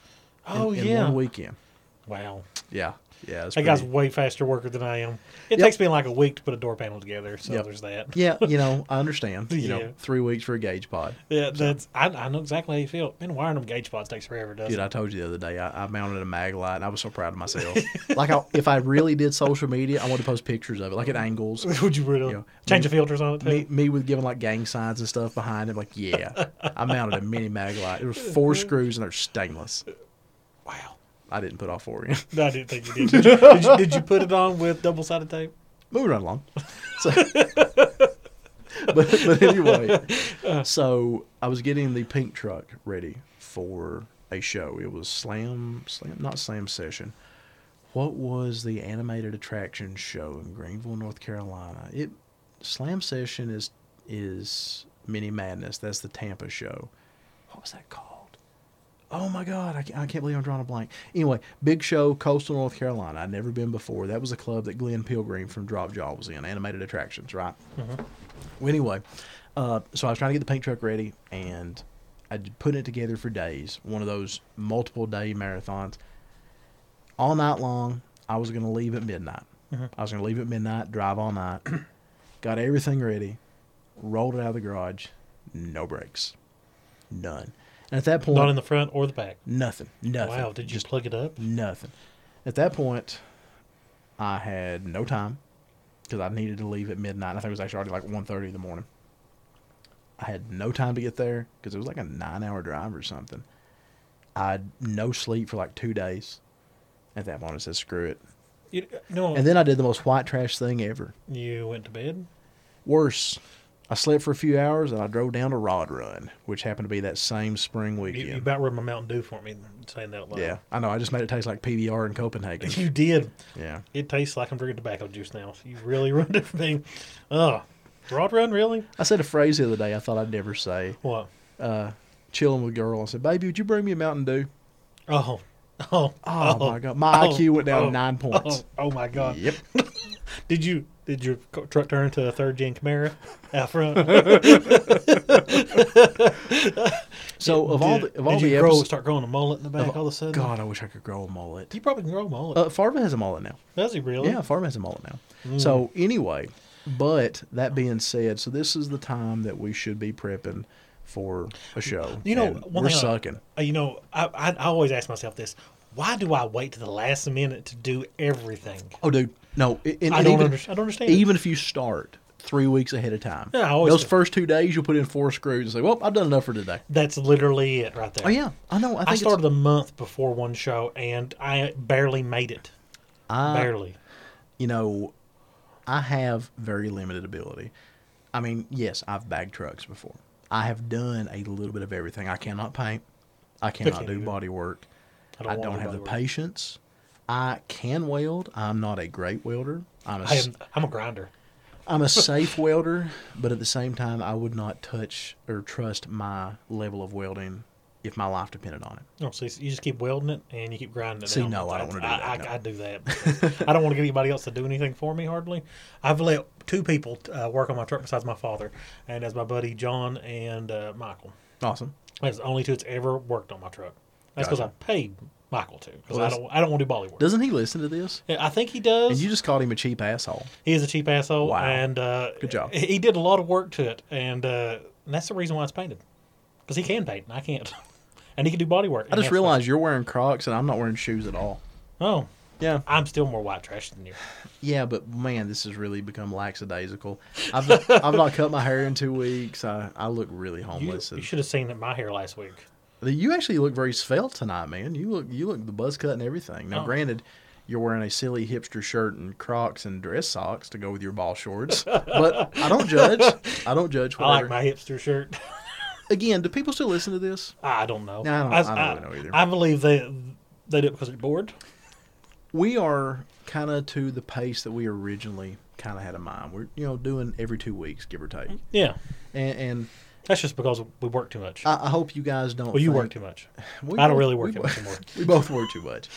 oh, in yeah. one weekend. Wow. Yeah, yeah. It's That guy's pretty- way faster worker than I am. It Yep. takes me like a week to put a door panel together, so Yep. there's that. yeah, you know, I understand. You Yeah. know, three weeks for a gauge pod. Yeah, that's I, I know exactly how you feel. Man, wiring them gauge pods takes forever, doesn't Dude, it? I told you the other day, I, I mounted a mag light, and I was so proud of myself. like, I, if I really did social media, I want to post pictures of it, like at angles. Would you really Yeah. change Me- the filters on it? Too? Me, me with giving like gang signs and stuff behind it. Like, yeah, I mounted a mini mag light. It was four screws and they're stainless. wow. I didn't put all four in. No, I didn't think you did. Did you, did you, did you put it on with double sided tape? moving right along. So, but, but anyway, so I was getting the pink truck ready for a show. It was Slam, Slam, not Slam Session. What was the animated attraction show in Greenville, North Carolina? It Slam Session is is Mini Madness. That's the Tampa show. What was that called? Oh my God, I can't, I can't believe I'm drawing a blank. Anyway, Big Show, Coastal North Carolina. I'd never been before. That was a club that Glenn Pilgrim from Drop Jaw was in, Animated Attractions, right? Mm-hmm. Well, anyway, uh, so I was trying to get the paint truck ready, and I put it together for days, one of those multiple day marathons. All night long, I was going to leave at midnight. Mm-hmm. I was going to leave at midnight, drive all night, got everything ready, rolled it out of the garage, no brakes, none. And at that point, Not in the front or the back. Nothing. Nothing. Wow, did you plug it up? Nothing. At that point, I had no time because I needed to leave at midnight. I think it was actually already like 1.30 in the morning. I had no time to get there because it was like a nine-hour drive or something. I had no sleep for like two days. At that point, I said, screw it. You, no, And then I did the most white trash thing ever. you went to bed. Worse, I slept for a few hours and I drove down to Rod Run, which happened to be that same spring You, weekend. you about ruined my Mountain Dew for me saying that out loud. yeah, I know. I just made it taste like PBR in Copenhagen. You did. Yeah. It tastes like I'm drinking tobacco juice now. You really ruined it for me. Ugh. Broad run, really? I said a phrase the other day I thought I'd never say. What? Uh, chilling with a girl. I said, "Baby, would you bring me a Mountain Dew?" Oh. Oh. Oh, my god, my Oh. IQ went down Oh. nine Oh, points. oh my god. Yep. Did you did your co- truck turn into a third gen Camaro out front? So of all the of all did you the grow, episodes, Oh, start growing a mullet in the back all of a sudden? God, I wish I could grow a mullet. You probably can grow a mullet. Uh, Farva has a mullet now. Does he really? Yeah, Farva has a mullet now. Mm. So anyway, but that being said, so this is the time that we should be prepping for a show. You know, and one we're thing I- sucking. uh, you know, I, I I always ask myself this: Why do I wait to the last minute to do everything? Oh, dude, no, it, I don't under- I don't understand. Even if you start three weeks ahead of time, Yeah, I always those do. first two days you'll put in four screws and say, "Well, I've done enough for today." That's literally it right there. Oh yeah, I know. I, think I it's- started a month before one show and I barely made it. I- barely. you know, I have very limited ability. I mean, yes, I've bagged trucks before. I have done a little bit of everything. I cannot paint. I cannot can't do do it. body work. I don't, want to have the bother. patience. I can weld. I'm not a great welder. I'm a, I s- am, I'm a grinder. I'm a safe welder, but at the same time, I would not touch or trust my level of welding if my life depended on it. No, so you just keep welding it and you keep grinding it. See, down. no, I don't wanna do I, that, I, I do that. I don't want to get anybody else to do anything for me. Hardly. I've let two people uh, work on my truck besides my father, and as my buddy John and uh, Michael. Awesome. That's the only two that's ever worked on my truck. That's because Gotcha. I paid Michael to because Well, I that's- don't I don't want to do bolly work. Doesn't he listen to this? Yeah, I think he And does. you just called him a cheap asshole. He is a cheap asshole. Wow. And uh, Good job. He he did a lot of work to it, and, uh, and that's the reason why it's painted because he can paint and I can't, and he can do body work. I just realized you're wearing Crocs and I'm not wearing shoes at all. Oh, Yeah. I'm still more white trash than you. Yeah, but man, this has really become lackadaisical. I've, I've not cut my hair in two weeks. I, I look really You, homeless. you and- should have seen my hair last week. You actually look very svelte tonight, man. You look you look the buzz cut and everything. Now, Oh. granted, you're wearing a silly hipster shirt and Crocs and dress socks to go with your ball shorts. but I don't judge. I don't judge. I like Whatever. my hipster shirt. Again, do people still listen to this? I don't know. No, I don't- I, I don't really know either. I believe they they do it because they're bored. we are kind of to the pace that we originally kind of had in mind. We're you know doing every two weeks, give or take. Yeah, And, and that's just because we work too much. I, I hope you guys don't. well, you think- work too much. We I don't both- really work we too bo- much anymore. we both work too much.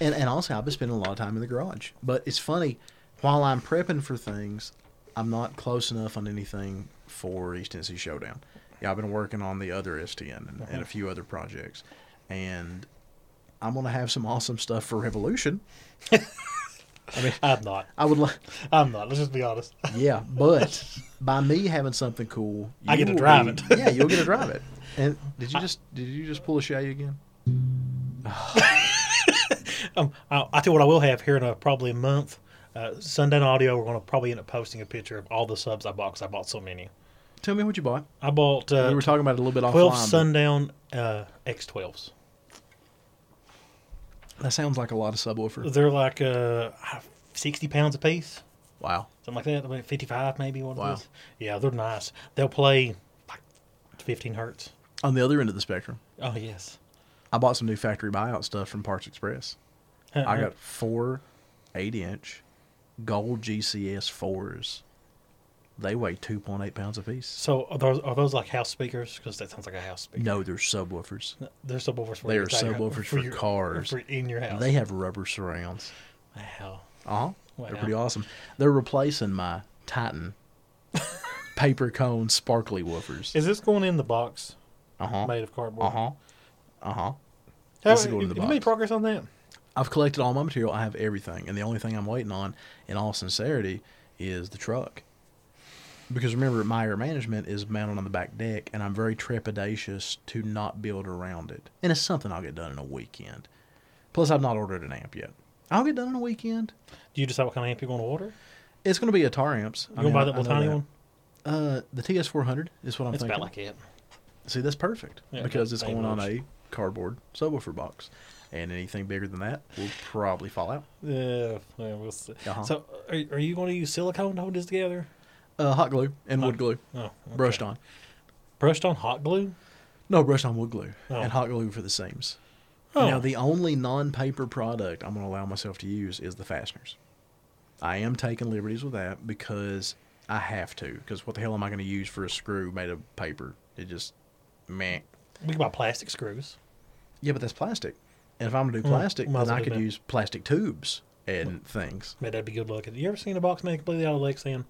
and and also, I've been spending a lot of time in the garage. But it's funny, while I'm prepping for things, I'm not close enough on anything for East Tennessee Showdown. Yeah, I've been working on the other STN and, Uh-huh. and a few other projects, and I'm gonna have some awesome stuff for Revolution. I'm not. I would like. I'm not. Let's just be honest. Yeah, but by me having something cool, I you get to will drive be- it. yeah, you'll get to drive it. And did you just did you just pull a Shay again? Um, I, I tell you what, I will have here in a, probably a month. Uh, Sundown Audio, we're going to probably end up posting a picture of all the subs I bought because I bought so many. Tell me what you bought. I bought uh, We were talking about it a little bit offline. 12 but Sundown uh, X12s. That sounds like a lot of subwoofer. They're like uh, 60 pounds a piece, Wow. something like that. About 55 maybe, one Wow. of those. Yeah, they're nice. They'll play like 15 hertz. On the other end of the spectrum, Oh, yes. I bought some new factory buyout stuff from Parts Express. Uh, Uh-huh. I got four eight inch gold GCS fours. They weigh two point eight pounds apiece. So are those, are those like house speakers? Because that sounds like a house speaker. No, they're subwoofers. They're subwoofers for They your- are subwoofers for your- cars. for in your house. They have rubber surrounds. Wow. Uh huh. Wow. They're pretty awesome. They're replacing my Titan paper cone sparkly woofers. Is this going in the box Uh huh. made of cardboard? Uh huh. Uh huh. How, This is going in the have you made box. progress on that? I've collected all my material. I have everything, and the only thing I'm waiting on, in all sincerity, is the truck. Because remember, Meyer Management is mounted on the back deck, and I'm very trepidatious to not build around it. And it's something I'll get done in a weekend. Plus, I've not ordered an amp yet. I'll get done in a weekend. Do you decide what kind of amp you're going to order? You It's going to be a tar amps. I going to buy mean, I- that I little know tiny that. one? Uh, the TS400 is what I'm It's thinking. about like it. See, that's perfect Yeah, because that it's thing going on works. a cardboard subwoofer box, and anything bigger than that will probably fall out. Yeah, yeah, we'll see. Uh-huh. So, are, are you going to use silicone to hold this together? Uh, hot glue and wood glue, Oh, okay. brushed on. Brushed on hot glue? No, brushed on wood glue Oh. and hot glue for the seams. Oh. Now, the only non-paper product I'm going to allow myself to use is the fasteners. I am taking liberties with that because I have to. Because what the hell am I going to use for a screw made of paper? It just meh. We can buy plastic screws. Yeah, but that's plastic. And if I'm going to do Mm, plastic, might as then well I do could that. Mm. use plastic tubes and things. Man, that'd be good looking. You ever seen a box made completely out of Lexan?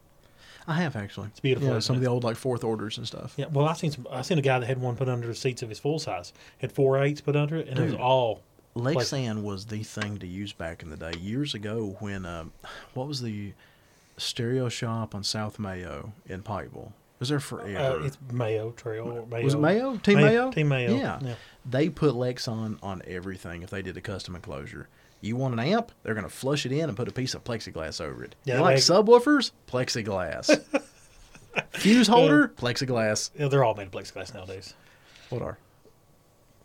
I have actually. It's beautiful, Yeah, isn't some of it? the old like fourth orders and stuff. Yeah. Well, I seen some. I seen a guy that had one put under the seats of his full size. Had four eights put under it, and it was Dude. all. uh, Lexan was the thing to use back in the day. Years ago, when um, what was the stereo shop on South Mayo in Pikeville? It was there Uh, forever? it's Mayo Trail. or Mayo. was it Mayo? Team Mayo- Mayo? Team Mayo. Yeah. Yeah. They put Lexan on everything if they did a custom enclosure. You want an amp? They're going to flush it in and put a piece of plexiglass over it. Yeah, you like they- subwoofers? Plexiglass. Fuse holder? Plexiglass. Yeah, they're all made of plexiglass nowadays. What are?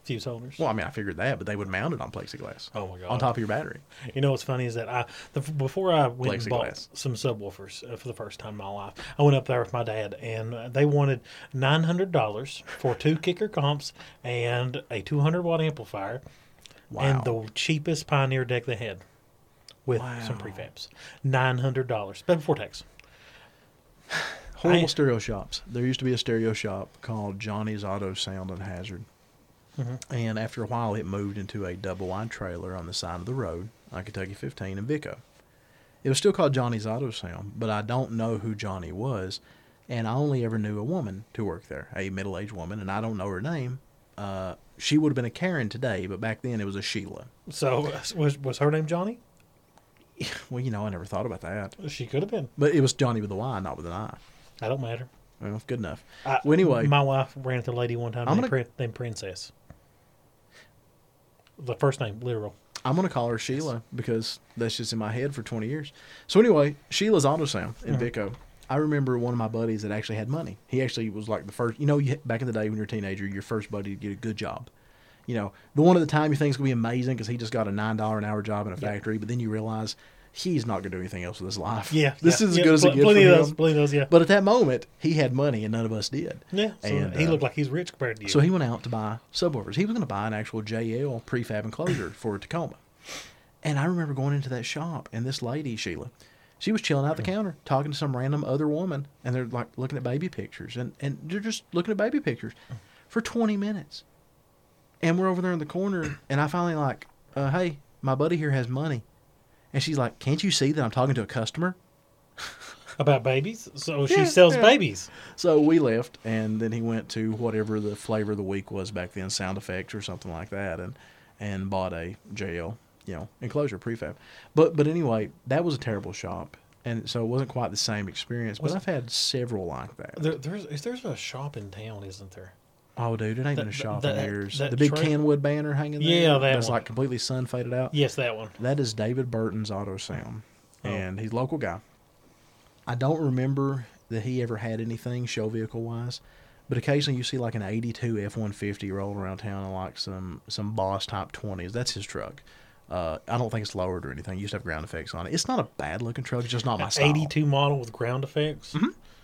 Fuse holders. Well, I mean, I figured that, but they would mount it on plexiglass. Oh my God. On top of your battery. You know what's funny is that I the, before I went and bought Plexiglass. some subwoofers uh, for the first time in my life, I went up there with my dad, and uh, they wanted nine hundred dollars for two kicker comps and a two hundred watt amplifier, Wow. and the cheapest Pioneer deck they had with some Wow. prefabs, nine hundred dollars, but before tax. Horrible I- stereo shops. There used to be a stereo shop called Johnny's Auto Sound and Hazard. Mm-hmm. And after a while, it moved into a double wide trailer on the side of the road on Kentucky 15 in Vico. It was still called Johnny's Auto Sound, but I don't know who Johnny was. And I only ever knew a woman to work there, a middle aged woman, and I don't know her name. Uh, she would have been a Karen today, but back then it was a Sheila. So uh, was was her name Johnny? Well, you know, I never thought about that. She could have been. But it was Johnny with a Y, not with an I. I don't matter. Well, good enough. I, well, anyway, my wife ran into a lady one time I'm named, gonna- Prin- named Princess. The first name, literal. I'm gonna call her Sheila because that's just in my head for 20 years. So anyway, Sheila's auto sound Mm-hmm. in Vico. I remember one of my buddies that actually had money. He actually was like the first. You know, you, back in the day when you're a teenager, your first buddy to get a good job. you know, the one at the time you think is going to be amazing because he just got a nine dollar an hour job in a factory, but then you realize he's not going to do anything else with his life. Yeah, this yeah, is as yeah, good as it pl- gets for Plenty of those, him. plenty of those, yeah. But at that moment, he had money and none of us did. yeah, so and, he uh, looked like he's rich compared to you. So he went out to buy subwoofers. He was going to buy an actual JL prefab enclosure for a Tacoma. And I remember going into that shop, and this lady, Sheila, she was chilling out the counter talking to some random other woman, and they're like looking at baby pictures, and, and they're just looking at baby pictures for 20 minutes. And we're over there in the corner, and I finally, like, uh, hey, my buddy here has money. And she's like, can't you see that I'm talking to a customer? About babies, so she Yeah, sells yeah. babies. So we left, and then he went to whatever the flavor of the week was back then, sound effects or something like that, and and bought a JL, you know, enclosure prefab. But but anyway, that was a terrible shop, and so it wasn't quite the same experience. But Was- I've had several like that. There, there's is there's a shop in town, isn't there? Oh, dude, it ain't been a that- shop in that- years. that The big tra- Canwood banner hanging there, Yeah, that that's one. like completely sun faded out. Yes, that one. That is David Burton's Auto Sound, and he's a local guy. Oh. I don't remember that he ever had anything show vehicle wise, but occasionally you see like an '82 F-150 rolling around town and like some some Boss Type 20s. That's his truck. Uh, I don't think it's lowered or anything. It used to have ground effects on it. It's not a bad looking truck. It's just not my style. Eighty-two model with ground effects.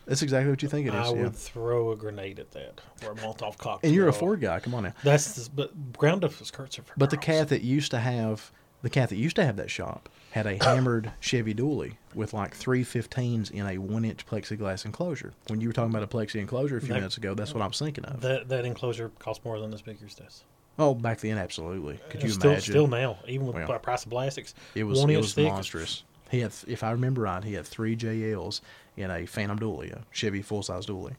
That's exactly what you think Mm-hmm. it I is. Yeah. would throw a grenade at that or a Molotov cocktail. And you're a Ford guy. Come on now. That's the, but ground up skirts are for But the girls. cat that used to have the cat that used to have that shop had a hammered Chevy Dually with like three 15s in a one inch plexiglass enclosure. When you were talking about a plexi enclosure a few That- minutes ago, that's what I was thinking of. that that enclosure costs more than this big yours does. oh, back then, absolutely. Could you And still, imagine? Still now, even with Well, the price of plastics, it was one it inch was thick. monstrous. He had, if I remember right, he had three JLs in a Phantom Dually, a Chevy full size Dually.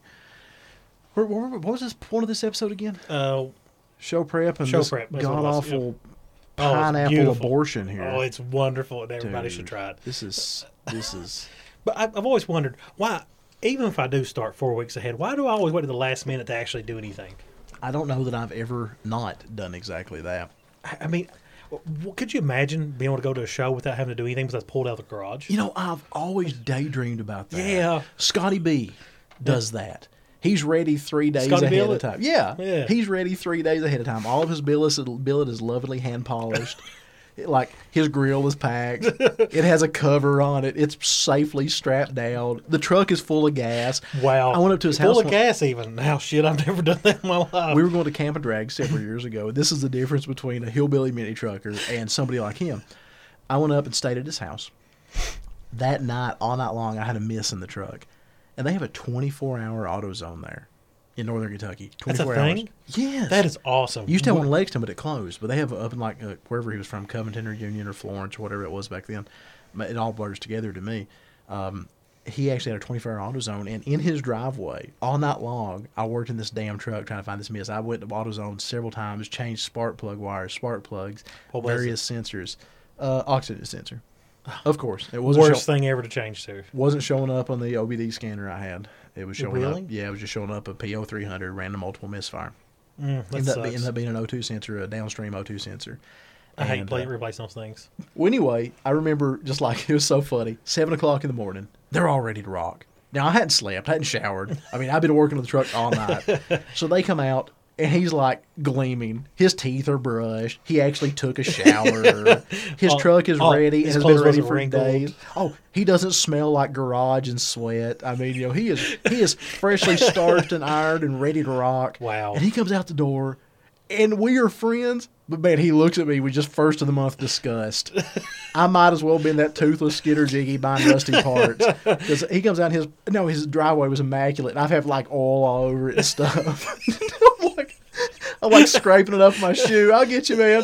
Where, where, what was this point of this episode again? Uh, Show prep and Show this prep, that's what it god was, awful Oh, it's pineapple beautiful. abortion here. oh, it's wonderful, and everybody should Dude, try it. This is this is. But I, I've always wondered why, even if I do start four weeks ahead, why do I always wait to the last minute to actually do anything? I don't know that I've ever not done exactly that. I, I mean, w- could you imagine being able to go to a show without having to do anything besides pull it out of the garage? You know, I've always daydreamed about that. Yeah. Scotty B does that. He's ready three days Scotty ahead Billett? of time. Yeah. Yeah. He's ready three days ahead of time. All of his billet, billet is lovingly hand polished. It- like his grill is packed. it has a cover on it. It's safely strapped down. The truck is full of gas. Wow! I went up to his full house. of one- gas. Even now, shit, I've never done that in my life. we were going to Camp and Drag several years ago. This is the difference between a hillbilly mini trucker and somebody like him. I went up and stayed at his house. That night, all night long, I had a miss in the truck. And they have a 24 hour auto zone there in northern Kentucky. 24 thing? hours. Yes. that is awesome. You used to have one in Lexington, but it closed. But they have up in like uh, wherever he was from, Covington or Union or Florence or whatever it was back then. But It all blurs together to me. Um, he actually had a 24 hour AutoZone, and in his driveway all night long, I worked in this damn truck trying to find this miss. I went to AutoZone several times, changed spark plug wires, spark plugs, What was various sensors, uh, oxygen sensor. Of course, it wasn't worst show- thing ever to change to. wasn't showing up on the OBD scanner I had. It was showing Really? up. Yeah, it was just showing up a PO 300 random multiple misfire. Mm, that Ended up, sucks. ended up being an O2 sensor, a downstream O2 sensor. I hate And, plate uh, replace those things. well, anyway, I remember just like it was so funny. Seven o'clock in the morning, they're all ready to rock. Now I hadn't slept, I hadn't showered. I mean, I've been working on the truck all night. so they come out, and he's like gleaming. His teeth are brushed. He actually took a shower. His Oh, truck is oh, ready. His his has been clothes ready wasn't for wrinkled. days. Oh, he doesn't smell like garage and sweat. I mean, you know, he is he is freshly starched and ironed and ready to rock. Wow. And he comes out the door, and we are friends. But man, he looks at me with just first of the month disgust. I might as well have been that toothless skitter jiggy buying rusty parts. 'Cause he comes out his no, his driveway was immaculate. And I've had like oil all over it and stuff. I'm like, I'm like scraping it off my shoe. I'll get you, man.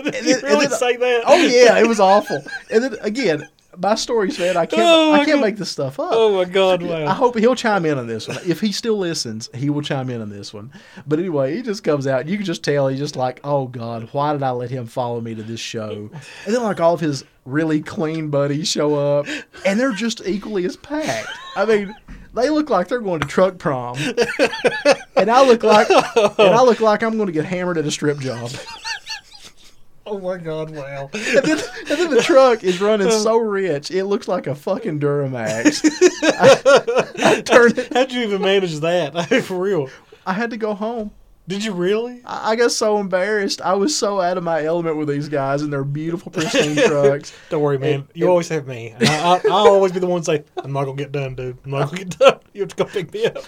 And You then- and really then- say that? Oh yeah, it was awful. And then again, my stories, man. I can't. Oh, my I can't God. make this stuff up. Oh my god! Wow. I hope he'll chime in on this one. If he still listens, he will chime in on this one. But anyway, he just comes out. You can just tell he's just like, oh God, why did I let him follow me to this show? And then like all of his really clean buddies show up, and they're just equally as packed. I mean, they look like they're going to truck prom, and I look like and I look like I'm going to get hammered at a strip job. oh my god! Wow. And then, and then the truck is running so rich, it looks like a fucking Duramax. I, I turned it How'd you even manage that? For real. I had to go home. Did you really? I I got so embarrassed. I was so out of my element with these guys and their beautiful, pristine trucks. Don't worry, man. It- you it- always have me. I, I, I'll always be the one to say, I'm not going to get done, dude. I'm not going to get done. You have to come pick me up.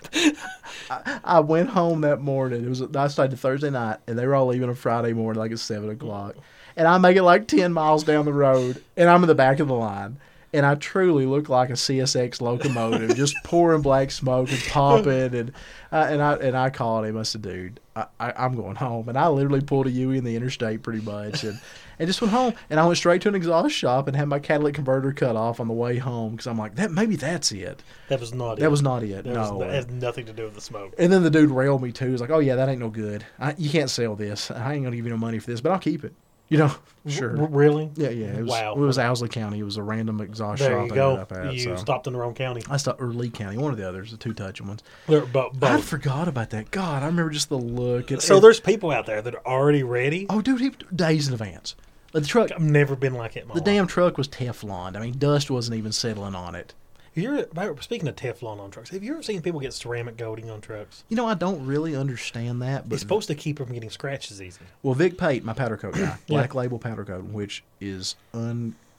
I went home that morning. It was I stayed to Thursday night, and they were all leaving on Friday morning, like at seven o'clock. And I make it like ten miles down the road, and I'm in the back of the line, and I truly look like a CSX locomotive, just pouring black smoke and popping. And uh, and I and I called him. I said, "Dude, I, I, I'm going home." And I literally pulled a U E in the interstate, pretty much, and. And just went home, and I went straight to an exhaust shop and had my catalytic converter cut off on the way home because I'm like, that maybe that's it. That was not it. That was not it. That, no, was, that had nothing to do with the smoke. and then the dude railed me too. He's like, "Oh yeah, that ain't no good. I, you can't sell this. I ain't gonna give you no money for this, but I'll keep it." You know, sure. R- really? yeah, yeah. It was, Wow. It was Owsley County. It was a random exhaust There shop you I go. ended up at. You so. stopped in the wrong county. I stopped or Lee County, one of the others, the two touching ones. They're bo- both. I forgot about that. God, I remember just the look. And, so and- there's people out there that are already ready. oh, dude, he, days in advance. Like the truck, I've never been like it. In my the life. damn truck was Teflon. I mean, dust wasn't even settling on it. You're speaking of Teflon on trucks. Have you ever seen people get ceramic coating on trucks? You know, I don't really understand that, but It's supposed to keep them from getting scratches easy. well, Vic Pate, my powder coat guy, black label powder coat, which is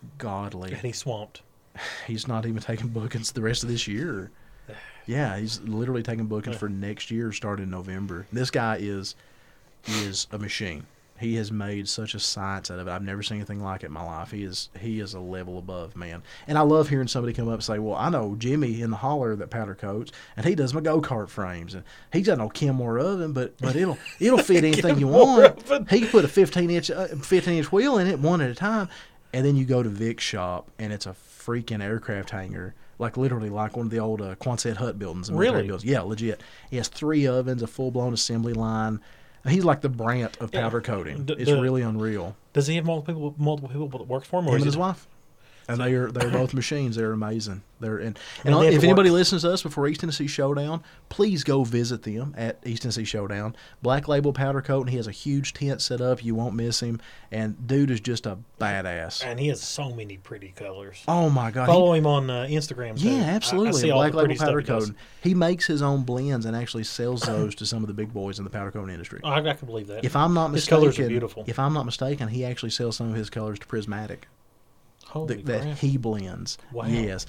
ungodly. And he's swamped. he's not even taking bookings the rest of this year. Yeah, he's literally taking bookings for next year, starting in November. This guy is is a machine. He has made such a science out of it. I've never seen anything like it in my life. He is he is a level above, man. And I love hearing somebody come up and say, "Well, I know Jimmy in the holler that powder coats, and he does my go kart frames, and he's got no Kenmore oven, but but it'll it'll fit anything you want. oven. He can put a fifteen inch uh, fifteen inch wheel in it one at a time." And then you go to Vic's shop, and it's a freaking aircraft hangar, like literally like one of the old uh, Quonset hut buildings. in military Really? buildings. Yeah, legit. He has three ovens, a full blown assembly line. He's like the Brandt of powder coating. D- it's the- really unreal. Does he have multiple people, multiple people that work for him, or Him and is he his wife. And they are they're both machines. They're amazing. They're and, and Man, they have if to work- anybody listens to us before East Tennessee Showdown, please go visit them at East Tennessee Showdown. Black Label Powder Coat, and he has a huge tent set up. You won't miss him. And dude is just a badass. And he has so many pretty colors. Oh my god! he- Follow him on uh, Instagram. too. Yeah, I- I absolutely. see all Black the Label pretty stuff Powder he does. Coating. He makes his own blends and actually sells those to some of the big boys in the powder coating industry. Oh, I, I can believe that. If I'm not His mistaken, colors are beautiful. If I'm not mistaken, he actually sells some of his colors to Prismatic Holy that, that crap. he blends. Wow. Yes,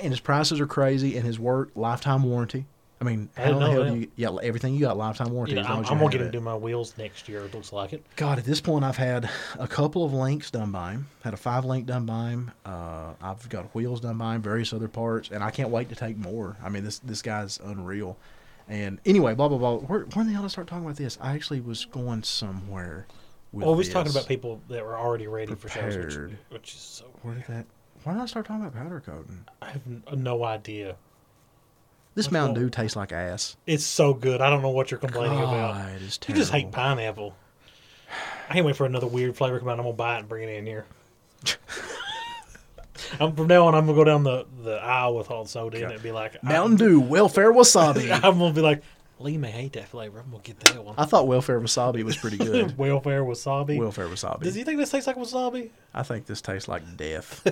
and his prices are crazy, and his work lifetime warranty. I mean, I how didn't the know hell that. do you? Yeah, everything you got lifetime warranty. You know, as long I'm, as I'm you gonna have get him it. to do my wheels next year. It looks like it. God, at this point, I've had a couple of links done by him. Had a five link done by him. Uh, I've got wheels done by him, various other parts, and I can't wait to take more. I mean, this this guy's unreal. And anyway, blah blah blah. Where, when the hell did I start talking about this? I actually was going somewhere. With Well, we was this. talking about people that were already ready for shows, which, Prepared. which is so. Where did that? Why did I start talking about powder coating? I have n- uh, no idea. This What's Mountain that? Dew tastes like ass. It's so good. I don't know what you're complaining about. God, it is You just terrible. hate pineapple. I can't wait for another weird flavor to come out. I'm gonna buy it and bring it in here. I'm, from now on, I'm gonna go down the, the aisle with all soda in it and be like, Mountain Dew welfare wasabi. I'm, I'm gonna be like, Lee may hate that flavor. I'm gonna get that one. I thought welfare wasabi was pretty good. Welfare wasabi. welfare wasabi. Does he think this tastes like wasabi? I think this tastes like death.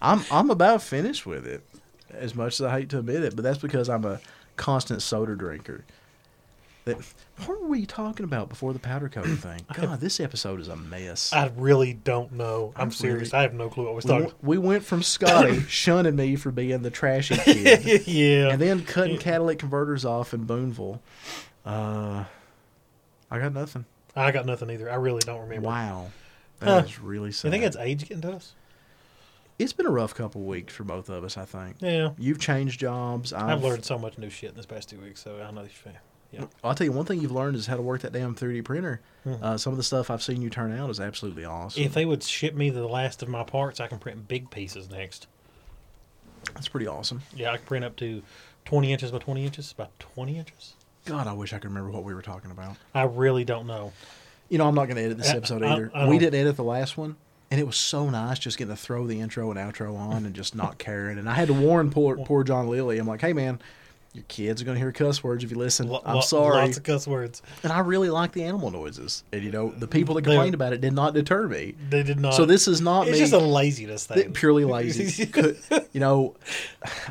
I'm I'm about finished with it, as much as I hate to admit it, but that's because I'm a constant soda drinker. That what were we talking about before the powder coating thing? God, this episode is a mess. I really don't know. I'm, I'm serious. really- I have no clue what we're we, talking. we went from Scotty shunning me for being the trashy kid, yeah. and then cutting catalytic converters off in Boonville. Uh, I got nothing. I got nothing either. I really don't remember. Wow, Huh. that is really sad. You think it's age getting to us? it's been a rough couple weeks for both of us. I think. Yeah. You've changed jobs. I've, I've learned so much new shit in this past two weeks, so I know you're Yeah. I'll tell you one thing you've learned is how to work that damn 3D printer. Hmm. Uh, some of the stuff I've seen you turn out is absolutely awesome. If they would ship me the last of my parts, I can print big pieces next. That's pretty awesome. Yeah, I can print up to 20 inches by 20 inches by 20 inches. God, I wish I could remember what we were talking about. I really don't know. You know, I'm not going to edit this I- episode I- either. I we don't- didn't edit the last one, and it was so nice just getting to throw the intro and outro on and just not caring. And I had to warn poor, poor John Lilly. I'm like, hey, man, your kids are going to hear cuss words if you listen. Lo- I'm lo- sorry. Lots of cuss words. And I really like the animal noises. And, you know, the people that They're- complained about it did not deter me. They did not. So this is not It's me. just a laziness thing. Th- purely lazy. Could- you know,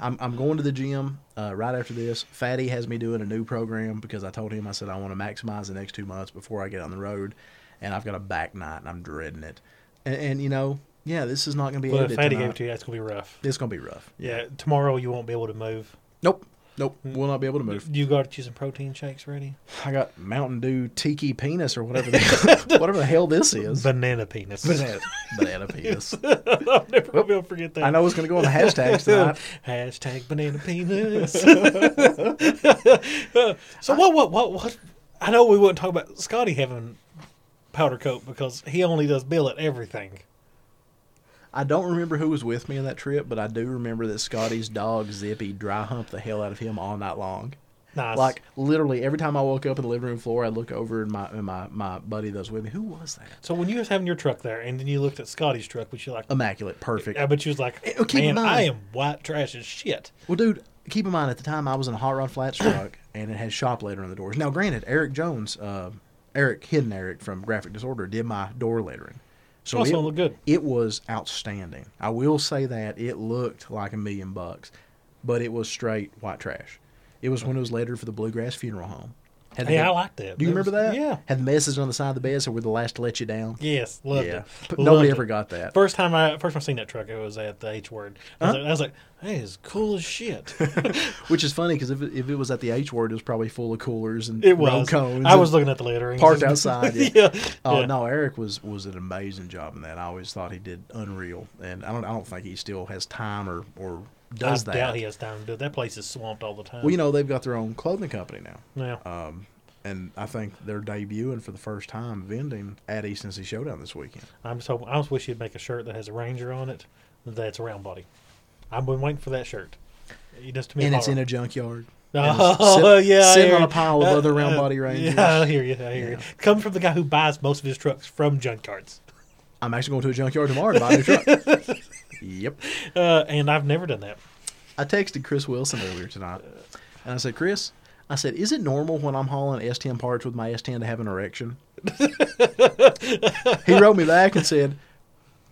I'm, I'm going to the gym. Uh, right after this, Fatty has me doing a new program because I told him I said I want to maximize the next two months before I get on the road, and I've got a back night and I'm dreading it. And, and you know, yeah, this is not going to be Well, if edited Fatty tonight. gave it to you, that's gonna be rough. It's going to be rough. Yeah, tomorrow you won't be able to move. Nope. Nope. Hmm. We'll not be able to move. You got you some protein shakes ready? I got Mountain Dew Tiki Penis or whatever the, whatever the hell this is. Banana penis. Banana, banana penis. I'll never be able to forget that. I know it's going to go on the hashtags tonight. Hashtag banana penis. so what? What? What? What? I know we wouldn't talk about Scotty having powder coat because he only does Bill at everything. I don't remember who was with me on that trip, but I do remember that Scotty's dog Zippy dry humped the hell out of him all night long. Nice. Like literally every time I woke up in the living room floor, I'd look over and my and my my buddy that was with me. Who was that? so when you was having your truck there, and then you looked at Scotty's truck, which you like. Immaculate, perfect. I bet you was like, Uh, keep in man, I mind- am white trash as shit. Well, dude, keep in mind at the time I was in a hot rod flats truck and it had shop later on the doors. Now, granted, Eric Jones, uh, Eric Hidden Eric from Graphic Disorder, did my door lettering. So Also it, look good. it was outstanding. I will say that it looked like a million bucks, but it was straight white trash. It was when it was lettered for the Bluegrass Funeral Home. Had the Hey, me- I liked that. Do you That remember was- that? Yeah. Had the message on the side of the bed, so we're the last to let you down. Yes, loved it. But Loved nobody it. ever got that. First time I first time I seen that truck, it was at the H word. I was, like, I was like, that is cool as shit. Which is funny because if it, if it was at the H word, it was probably full of coolers and It roll was. cones. I and- was looking at the lettering. parked outside. Yeah. yeah. Oh yeah. no, Eric was was an amazing job in that. I always thought he did unreal, and I don't I don't think he still has time or or does I that. doubt he has time to do it. That place is swamped all the time. Well, you know they've got their own clothing company now, Yeah. um, and I think they're debuting for the first time vending at Easton City Showdown this weekend. I'm just hoping, I just wish you'd make a shirt that has a ranger on it that's a round body. I've been waiting for that shirt. It does to me. and it's in horror. a junkyard. and it's Oh sit- yeah, I sitting hear on a you. pile with Uh, other round uh, body rangers. Yeah, I hear you. I hear you. Coming from the guy who buys most of his trucks from junkyards, I'm actually going to a junkyard tomorrow to buy a new truck. yep. uh, and I've never done that. I texted Chris Wilson earlier tonight, and I said, Chris, I said, is it normal when I'm hauling S10 parts with my S10 to have an erection? he wrote me back and said,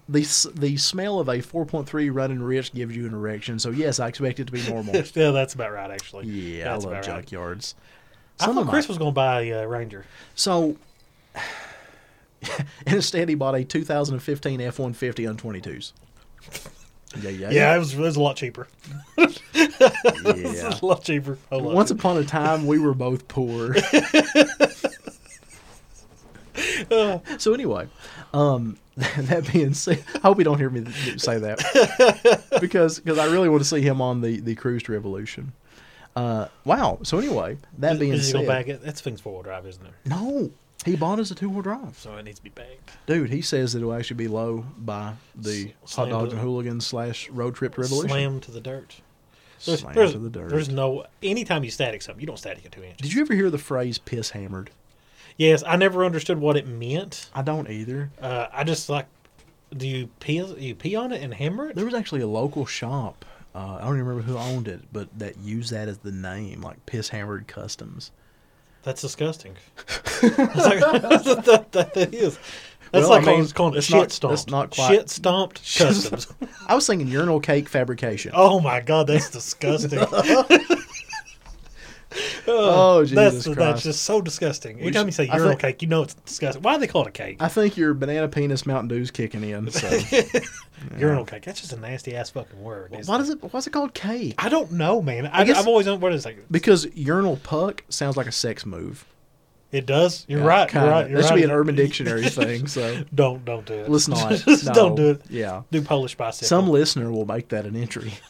the, s- the smell of a 4.3 running rich gives you an erection, so yes, I expect it to be normal. yeah, that's about right, actually. yeah, I that's love about right. junkyards. I Some of thought my- Chris was going to buy a uh, ranger. So, and instead he bought a 2015 F-150 on 22s. Yeah, yeah, Yeah, it was, it was a lot cheaper. yeah. It's a lot cheaper. A lot Once upon a time, we were both poor. so anyway, um, that being said, I hope you don't hear me th- say that because because I really want to see him on the the cruise to revolution. Uh, wow. So anyway, that Is- being is he gonna said, bag it? That's things four wheel drive, isn't it? no, he bought us a two wheel drive, So it needs to be bagged. dude. He says it'll actually be low by the S- hot slammed dogs to- and hooligans slash road trip to revolution. Slam to the dirt. There's, Slam there's, to the dirt. There's no anytime you static something, you don't static it two inches. Did you ever hear the phrase "piss hammered"? Yes, I never understood what it meant. I don't either. Uh, I just like, do you pee? You pee on it and hammer it? There was actually a local shop. Uh, I don't even remember who owned it, but that used that as the name, like Piss Hammered Customs. That's disgusting. It's like- that, that- that is. That's Well, I like mean, calling, calling it it's shit not- stomped. that's not quite- shit stomped customs. I was thinking urinal cake fabrication. oh my god, that's disgusting. Oh, Jesus that's, Christ. that's just so disgusting. Anytime you say should- I urinal think- cake, you know it's disgusting. Why do they call it a cake? I think your banana penis Mountain Dew's kicking in. So. Urinal cake. That's just a nasty ass fucking word. isn't why does it? Why's it called cake? I don't know, man. I, guess- I've always known what it's like. Because urinal puck sounds like a sex move. It does. You're Yeah, right. kinda. You're right. You're that should right. be an Urban Dictionary thing. So Don't don't do it. let's not. Just No. Don't do it. Yeah. Do Polish bicycle. Some listener will make that an entry.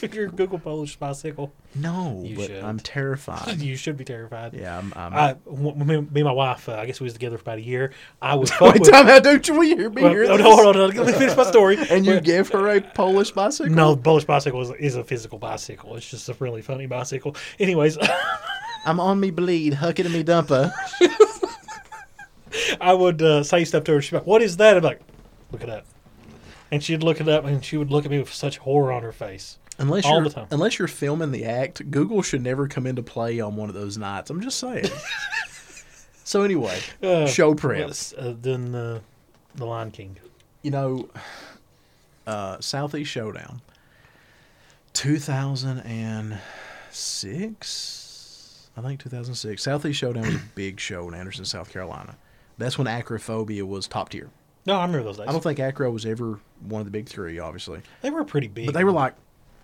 if you Google Polish bicycle, No, You but should. I'm terrified. you should be terrified. Yeah, I'm. I'm I, w- me, me and my wife, uh, I guess we was together for about a year. I was fuck Wait, with. time out! Don't you will you hear me? Well, hear no, this? no, hold on, hold on. Let me finish my story. And you Well, gave her a Polish bicycle? no, Polish bicycle is, is a physical bicycle. It's just a really funny bicycle. Anyways, I'm on me bleed, hucking me dumper. I would uh, say stuff to her. She'd be like, "What is that?" I'm like, "Look it up." And she'd look it up, and she would look at me with such horror on her face. Unless All you're, the time. unless you're filming the act, Google should never come into play on one of those nights. I'm just saying. so anyway, Uh, show prep. Yes. Uh, then uh, the Lion King. You know, uh, Southeast Showdown. 2006, I think 2006. Southeast Showdown was a big show in Anderson, South Carolina. That's when acrophobia was top tier. No, I remember those days. I don't think acro was ever one of the big three, obviously, they were pretty big. but they were like,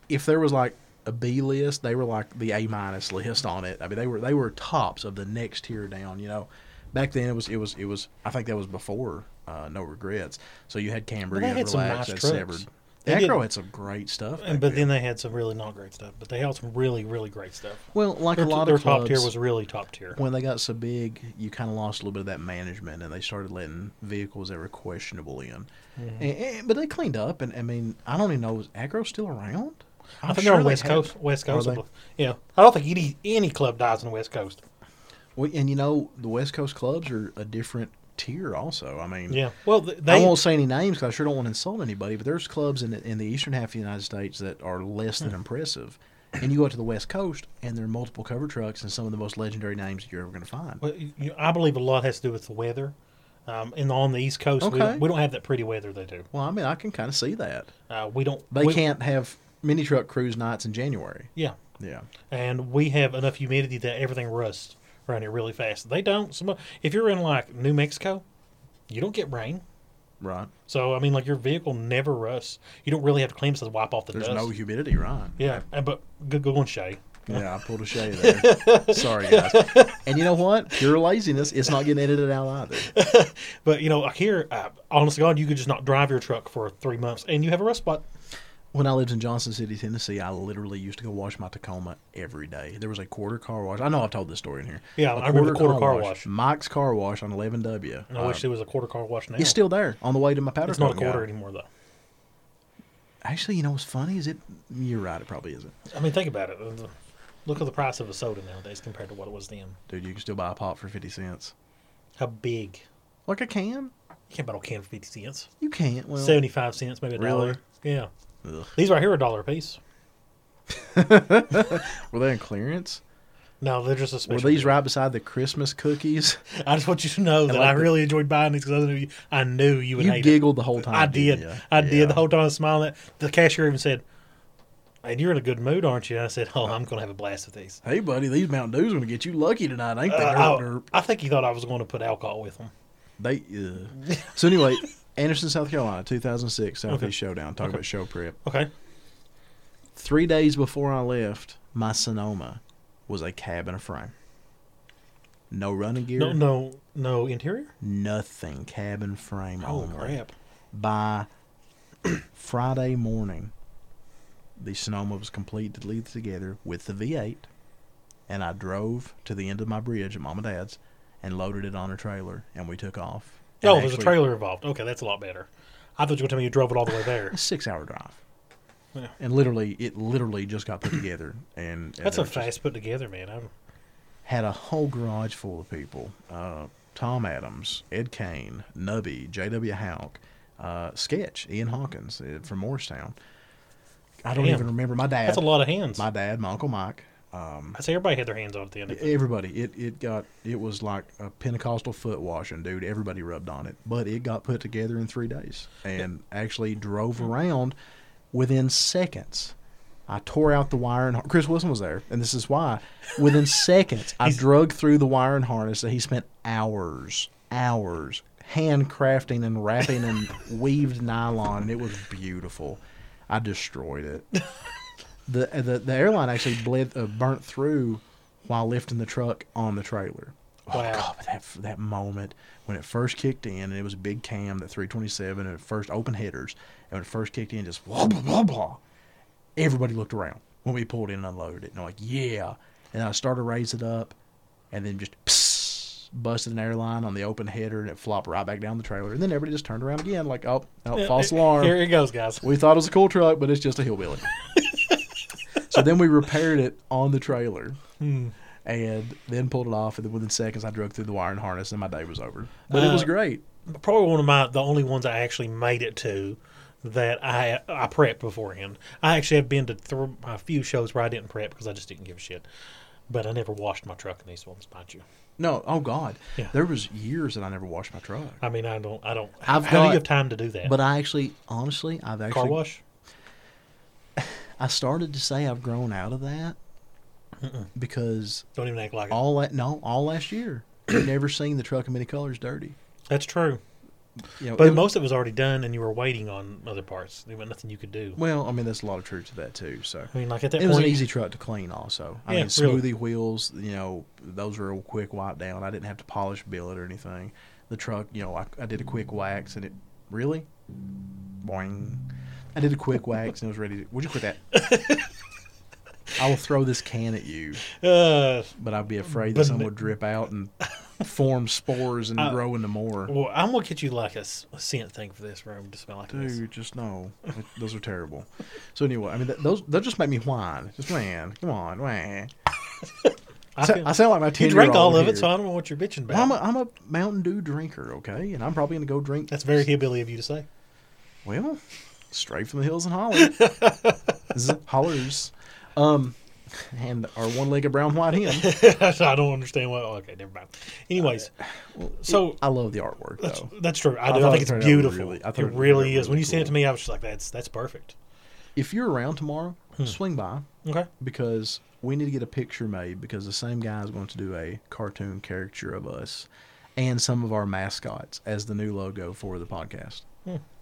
if there was like a B list, they were like the A minus list on it. I mean, they were they were tops of the next tier down. You know, back then it was it was it was. I think that was before uh, No Regrets. So you had Cambria, Well, they had some Relax, nice and trucks. Severed. They did. acro had some great stuff. And- back but then. then they had some really not great stuff. But they had some really, really great stuff. Well, like Their, a lot their of clubs, top tier was really top tier. when they got so big, you kind of lost a little bit of that management, and they started letting vehicles that were questionable in. Mm-hmm. And- and- but they cleaned up, and I mean, I don't even know is Agro still around? i I'm think they're on they West have- Coast. West Are Coast. they? I believe. Yeah, I don't think any any club dies on the West Coast. Well, and you know, the West Coast clubs are a different tier, also. I mean, Yeah. Well, th- they I won't say any names because I sure don't want to insult anybody, but there's clubs in the, in the eastern half of the United States that are less Hmm. than impressive. And you go out to the West Coast, and there are multiple cover trucks and some of the most legendary names that you're ever going to find. Well, you- you- I believe a lot has to do with the weather. Um, and on the East Coast, we, Okay. don't, we don't have that pretty weather they do. Well, I mean, I can kind of see that. Uh, we don't. They we- can't have mini truck cruise nights in January. Yeah, Yeah. and we have enough humidity that everything rusts around here really fast. They don't. Some, if you're in like New Mexico, you don't get rain. Right. So I mean, like your vehicle never rusts. You don't really have to clean it to wipe off the There's dust. no humidity, right? yeah, and, but good going, Shay. Yeah, I pulled a shade there. Sorry, guys. And you know what? Pure laziness. It's not getting edited out either. But you know, like here, uh, honest to God, you could just not drive your truck for three months, and you have a rust spot. When I lived in Johnson City, Tennessee, I literally used to go wash my Tacoma every day. There was a quarter car wash. I know I've told this story in here. Yeah, A I remember the quarter car wash. Mike's car wash on 11W. And I wish there was a quarter car wash now. it's still there on the way to my powder. it's not a coating guy. quarter anymore though. Actually, you know what's funny is it. You're right. It probably isn't, I mean, think about it. Uh, The- Look at the price of a soda nowadays compared to what it was then. dude. You can still buy a pop for fifty cents. How big? Like a can. You can't buy no can for fifty cents. You can't. Well, Seventy-five cents, maybe a Really? dollar. Yeah, ugh. these right here are a dollar a piece. were they in clearance? No, they're just a Were special. these deal. right beside the Christmas cookies? I just want you to know that like I the- really enjoyed buying these because I knew you, I knew you would You hate giggled the it. whole time. I didn't did. ya? I did the Yeah. whole time smiling. At, the cashier even said, "And you're in a good mood, aren't you?" And I said, "Oh, I'm going to have a blast with these." Hey, buddy, these Mountain Dews gonna get you lucky tonight, ain't they? Uh, Derp, I, I think he thought I was going to put alcohol with them. derp. They. Uh. so anyway, Anderson, South Carolina, 2006 Southeast Okay. Showdown. Talk about show prep. Okay. Three days before I left, my Sonoma was a cab in a frame. No running gear. No, no, no interior. Nothing. Cabin frame Oh only. crap! By Friday morning, the Sonoma was completely together with the V8, and I drove to the end of my bridge at Mom and Dad's and loaded it on a trailer, and we took off. Oh, And there's a actually- trailer involved. Okay, that's a lot better. I thought you were going to tell me you drove it all the way there. A six-hour drive. Yeah. And literally, it literally just got put together, and, and That's there a was just- fast put together, man. I'm, had a whole garage full of people. Uh, Tom Adams, Ed Kane, Nubby, J.W. Houck, uh, Sketch, Ian Hawkins uh, from Morristown. I don't Damn. even remember my dad. that's a lot of hands. My dad, my uncle Mike, I say everybody had their hands on it at the end. Of it. everybody. It it got it was like a Pentecostal foot washing, dude. Everybody rubbed on it, but it got put together in three days, and actually drove around within seconds. I tore out the wire and har- Chris Wilson was there, and this is why. Within seconds, I drug through the wire and harness that he spent hours, hours handcrafting and wrapping and weaved nylon. It was beautiful. I destroyed it the the, the airline actually bled, uh, burnt through while lifting the truck on the trailer. Wow. Oh, God, but that that moment when it first kicked in, and it was a big cam, that 327, and it first open hitters, and when it first kicked in, just blah blah blah blah. Everybody looked around when we pulled in and unloaded it, and I'm like, yeah. And I started to raise it up, and then just psst, busted an airline on the open header, and it flopped right back down the trailer. And then everybody just turned around again, like, oh, no, false alarm. Here it goes, guys. We thought it was a cool truck, but it's just a hillbilly. so then we repaired it on the trailer Hmm. and then pulled it off. And then within seconds, I drug through the wire and harness, and my day was over. But it was Uh, great. Probably one of my the only ones I actually made it to that I I prepped beforehand. I actually have been to th- a few shows where I didn't prep because I just didn't give a shit. But I never washed my truck in these ones, mind you. No, oh God. Yeah. There was years that I never washed my truck. I mean, I don't, I don't. I've how do got- you have time to do that? But I actually, honestly, I've actually Car wash. I started to say I've grown out of that because Don't even act like it. all that no, all last year we never seen the truck in many colors dirty. That's true. You know, But it- most of it was already done, and you were waiting on other parts. There was nothing you could do. well, I mean, that's a lot of truth to that too. So I mean, like at that it was an point, easy truck to clean. Also, I Yeah, mean, smoothie really. wheels. You know, those were a quick wipe down. I didn't have to polish bill it or anything. The truck, you know, I, I did a quick wax and it really, boing. I did a quick wax and it was ready. To, would you quit that? I will throw this can at you, Uh, but I'd be afraid that But- some would drip out and form spores and I- grow into more. well, I'm gonna get you like a, s- a scent thing for this room to smell like this. Dude, just no. Those are terrible. So anyway, I mean, th- those they'll just make me whine. Just man, come on, man. I, So- feel- I sound like my ten. you drank all of it, so I don't know what you're bitching about. I'm a, I'm a Mountain Dew drinker, okay, and I'm probably gonna go drink. That's very hillbilly of you to say. well, straight from the hills in Holland. Z- hollers, um, and our one-legged brown white hen. I don't understand why. Okay, never mind. Anyways, so Uh, I love the artwork that's, though. that's true. I, I do. thought I it think it's turned out beautiful. really- I thought it it really, turned out is. When really you sent it to cool. me, I was just like, "That's that's perfect." If you're around tomorrow, Hmm. swing by Okay. because we need to get a picture made because the same guy is going to do a cartoon caricature of us and some of our mascots as the new logo for the podcast.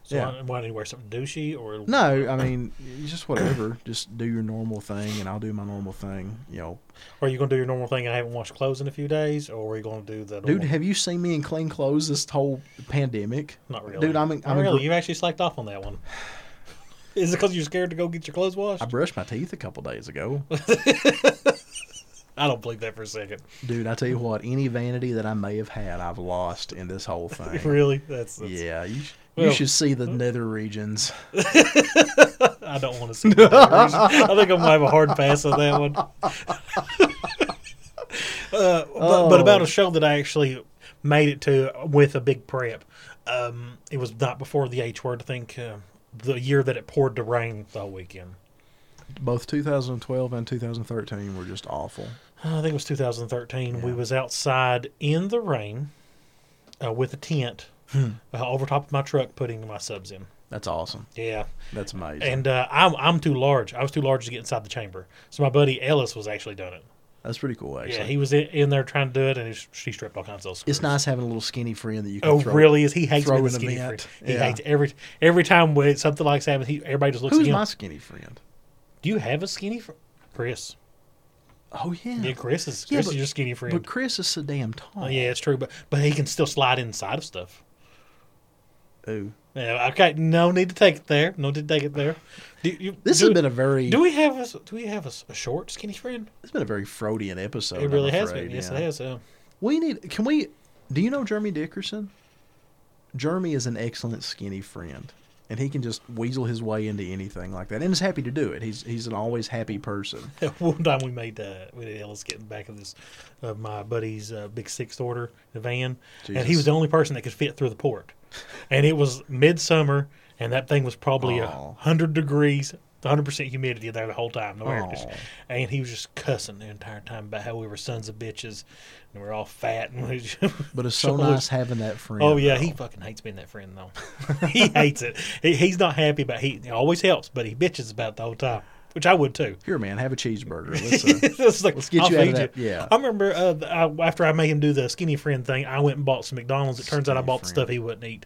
So Yeah. why, why did he wear something douchey or No, I mean just whatever. just do your normal thing, and I'll do my normal thing. You know, Or are you gonna do your normal thing? I haven't washed clothes in a few days, or are you gonna do the dude, normal- have you seen me in clean clothes this whole pandemic? Not really, dude. I'm in, Not I'm in, really. You've actually slacked off on that one. Is it because you're scared to go get your clothes washed? I brushed my teeth a couple days ago, I don't believe that for a second. dude. I tell you what, any vanity that I may have had, I've lost in this whole thing. Really? That's, that's Yeah, you, sh- Well- you should see the nether regions. I don't want to see. that. I think I'm gonna have a hard pass on that one. uh, but, but about a show that I actually made it to with a big prep. Um, it was not before the H word. I think uh, the year that it poured to rain the whole weekend. Both 2012 and 2013 were just awful. Uh, I think it was 2013. We Yeah. was outside in the rain uh, with a tent uh, over top of my truck, putting my subs in. That's awesome. Yeah, That's amazing. and uh, I'm I'm too large. I was too large to get inside the chamber. So my buddy Ellis was actually doing it. That's pretty cool, actually. Yeah, he was in, in there trying to do it, and he, she stripped all kinds of. Screws. it's nice having a little skinny friend that you can Oh, throw. really? Is he hates throw me the in a skinny vent. friend. He Yeah. hates every every time when something like happens. He everybody just looks Who's at him. my skinny friend? Do you have a skinny friend, Chris? Oh yeah. Yeah, Chris is Yeah, Chris but- is your skinny friend. But Chris is so damn tall. Oh, yeah, it's true, but but he can still slide inside of stuff. Ooh. Yeah, okay, no need to take it there. No need to take it there. Do you, This do, has been a very Do we have a s- do we have a, s- a short skinny friend? it's been a very Freudian episode. it Oh, I'm really has afraid, been. Yes, yeah. it has. Yeah. We need can we do you know Jeremy Dickerson? Jeremy is an excellent skinny friend. And he can just weasel his way into anything like that. And is happy to do it. He's he's an always happy person. One time we made uh, we did Ellis get in the back of this of my buddy's uh, big sixth order the van, and he Jesus. was the only person that could fit through the port, and it was midsummer, and that thing was probably a Aw. hundred degrees. 100% humidity there the whole time, no air Aw. conditioning. And he was just cussing the entire time about how we were sons of bitches and we are all fat. And we just- But it's so Sure. nice having that friend. Oh yeah, though. he fucking hates being that friend though. he hates it. He, he's not happy, but he, he always helps. But he bitches about it the whole time, which I would too. Here, man, have a cheeseburger. Let's, uh, It's like, let's get I'll you out feed of that. Yeah. I remember uh, the- I, after I made him do the skinny friend thing, I went and bought some McDonald's. It turns out I Skinny bought the friend. stuff he wouldn't eat.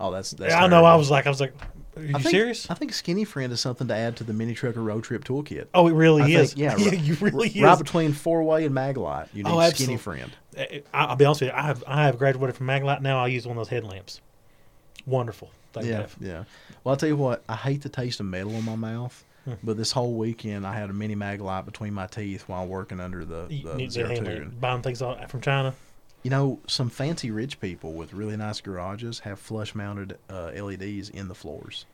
Oh, that's that's. I know. I terrible. was like, I was like, are you I think, serious? I think Skinny Friend is something to add to the mini trucker road trip toolkit. oh, it really I is. think, yeah, yeah, right- you really right is. between four way and Maglite, you need Oh, Skinny absolute- Friend. I, I'll be honest with you. I have I have graduated from Maglite. Now I use one of those headlamps. Wonderful. Thank yeah, you. yeah. Well, I'll tell you what, I hate the taste of metal in my mouth, Hmm. but this whole weekend I had a mini Maglite between my teeth while working under the, You the need to zero handle two. it. Buying things all- from China. You know, some fancy rich people with really nice garages have flush mounted uh, LEDs in the floors.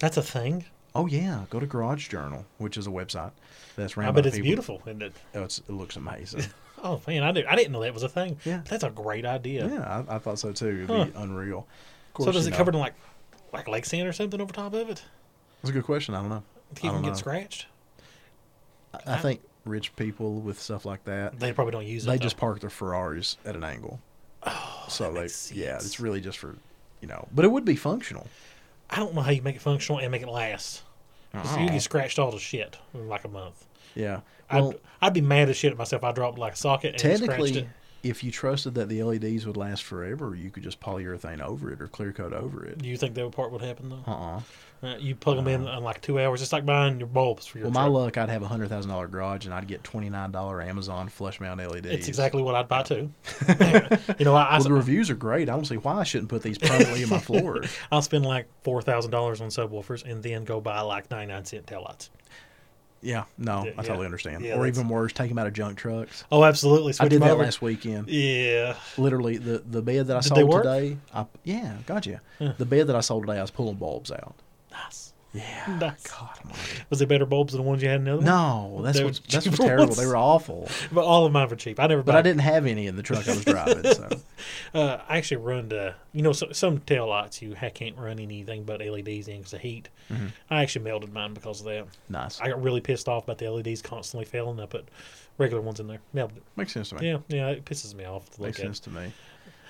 That's a thing. Oh yeah, go to Garage Journal, which is a website that's ran I by bet it's people- beautiful, isn't it? Oh, it's, it looks amazing. Oh man, I did. I didn't know that was a thing. Yeah. that's a great idea. Yeah, I, I thought so too. It'd be unreal. Of course, so does you it know, cover in like like lake sand or something over top of it? That's a good question. I don't know. To I, keep don't them know. get scratched? I I think rich people with stuff like that, They probably don't use it. they though. just park their Ferraris at an angle. Oh, so they makes yeah, sense. it's really just for you know. But it would be functional. I don't know how you make it functional and make it last. Oh. So you get scratched all to shit in like a month. Yeah. Well, I'd, I'd be mad as shit at myself. I dropped like a socket and scratched it. technically, if you trusted that the LEDs would last forever, you could just polyurethane over it or clear coat over it. Do you think that part would happen though? Uh uh Uh, you plug them in in like two hours. It's like buying your bulbs for your. Well, my luck, truck. I'd have a hundred thousand dollar garage and I'd get twenty nine dollar Amazon flush mount E LEDs. It's exactly what I'd buy too. you know, I, I, Well, the reviews are great. I don't see why I shouldn't put these permanently in my floor. I'll spend like four thousand dollars on subwoofers and then go buy like ninety nine cent tail lights. Yeah, no, Yeah, I totally yeah. understand. Yeah, or that's- even worse, take them out of junk trucks. Oh, absolutely. Switch I did them that over. last weekend. Yeah, Literally, the, the bed that I Did they sold work? today, I, yeah, gotcha. The bed that I sold today, I was pulling bulbs out. nice. Yeah. Nice. God, I'm like, Was it better bulbs than the ones you had in the other? one? no, that's They were what's, that's what's cheaper terrible. ones. They were awful. But all of mine were cheap. I never. But bought- I didn't have any in the truck I was driving. So Uh, I actually run to you know so, some tail lights you ha- can't run anything but LEDs in because of heat. Mm-hmm. I actually melted mine because of that. nice. I got really pissed off about the LEDs constantly failing. I put regular ones in there. Melted. it. Makes sense to me. Yeah, yeah, it pisses me off to look Makes at. sense to me.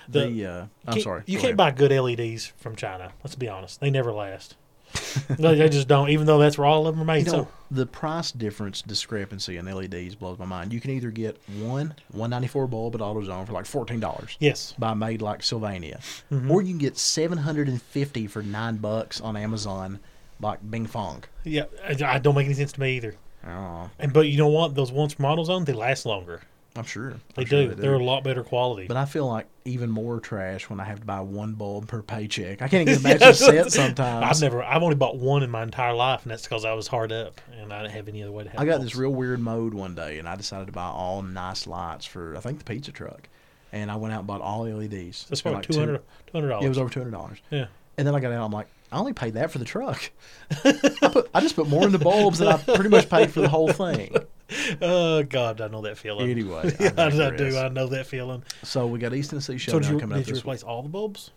The, The- uh, I'm Can't- sorry. You go can't ahead. buy good LEDs from China. Let's be honest; they never last. no, they just don't. Even though that's where all of them are You made. know, so the price difference discrepancy in LEDs blows my mind. You can either get one 194 bulb at AutoZone for like $14 yes, by Made Like Sylvania, or you can get 750 for 9 bucks on Amazon like Bing Fong. yeah, I, I don't make any sense to me either. Oh, And but you know what? Those ones from AutoZone they last longer. I'm sure. I'm They, sure do. They are a lot better quality. But I feel like even more trash when I have to buy one bulb per paycheck. I can't even imagine a set sometimes. I've never. I've only bought one in my entire life, and that's because I was hard up and I didn't have any other way to have. I got this bulbs. real weird mode one day, and I decided to buy all nice lights for I think the pizza truck, and I went out and bought all LEDs. That's for probably like two hundred. Two hundred Yeah, it was dollars. over two hundred dollars. Yeah. And then I got out. I'm like, I only paid that for the truck. I, put, I just put more in the bulbs than I pretty much paid for the whole thing. Oh God, I know that feeling. Anyway, I yeah, I, digress. do. I know that feeling. So we got East Tennessee So Showdown did you, coming up did you this week. replace all the bulbs?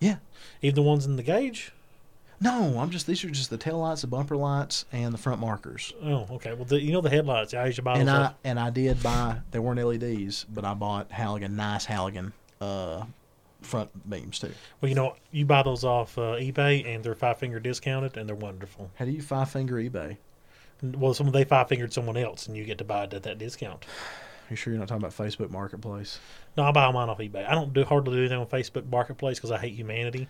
Yeah. Even the ones in the gauge? No, I'm just these are just the tail lights, the bumper lights, and the front markers. Oh, okay. Well, the, you know the headlights. I usually buy and those I up. and I did buy they weren't LEDs, but I bought Halligan, nice Halligan, uh, front beams too. Well, you know, you buy those off uh, eBay, and they're five finger discounted, and they're wonderful. How do you five finger eBay? Well, some they five fingered someone else, and you get to buy it at that discount. You sure you're not talking about Facebook Marketplace? No, I buy mine off eBay. I don't do hardly do anything on Facebook Marketplace because I hate humanity.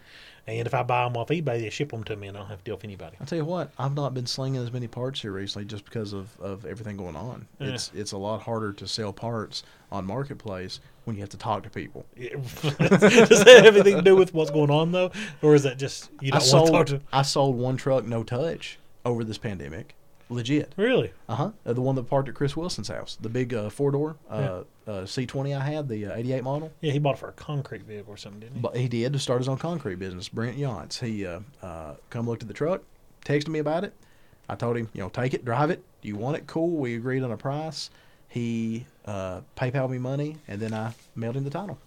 And if I buy them off eBay, they ship them to me, and I don't have to deal with anybody. I'll tell you what, I've not been slinging as many parts here recently just because of, of everything going on. Yeah. It's it's a lot harder to sell parts on Marketplace when you have to talk to people. Does that have anything to do with what's going on though, or is that just you I don't want to talk sold to? I sold one truck no touch over this pandemic. Legit. Really? Uh-huh. Uh, the one that parked at Chris Wilson's house, the big uh, four-door uh, uh, C20 I had, the uh, 88 model. Yeah, he bought it for a concrete vehicle or something, didn't he? But he did to start his own concrete business. Brent Yance. He uh, uh, come looked at the truck, texted me about it. I told him, you know, take it, drive it. Do you want it? Cool. We agreed on a price. He uh, PayPal me money, and then I mailed him the title,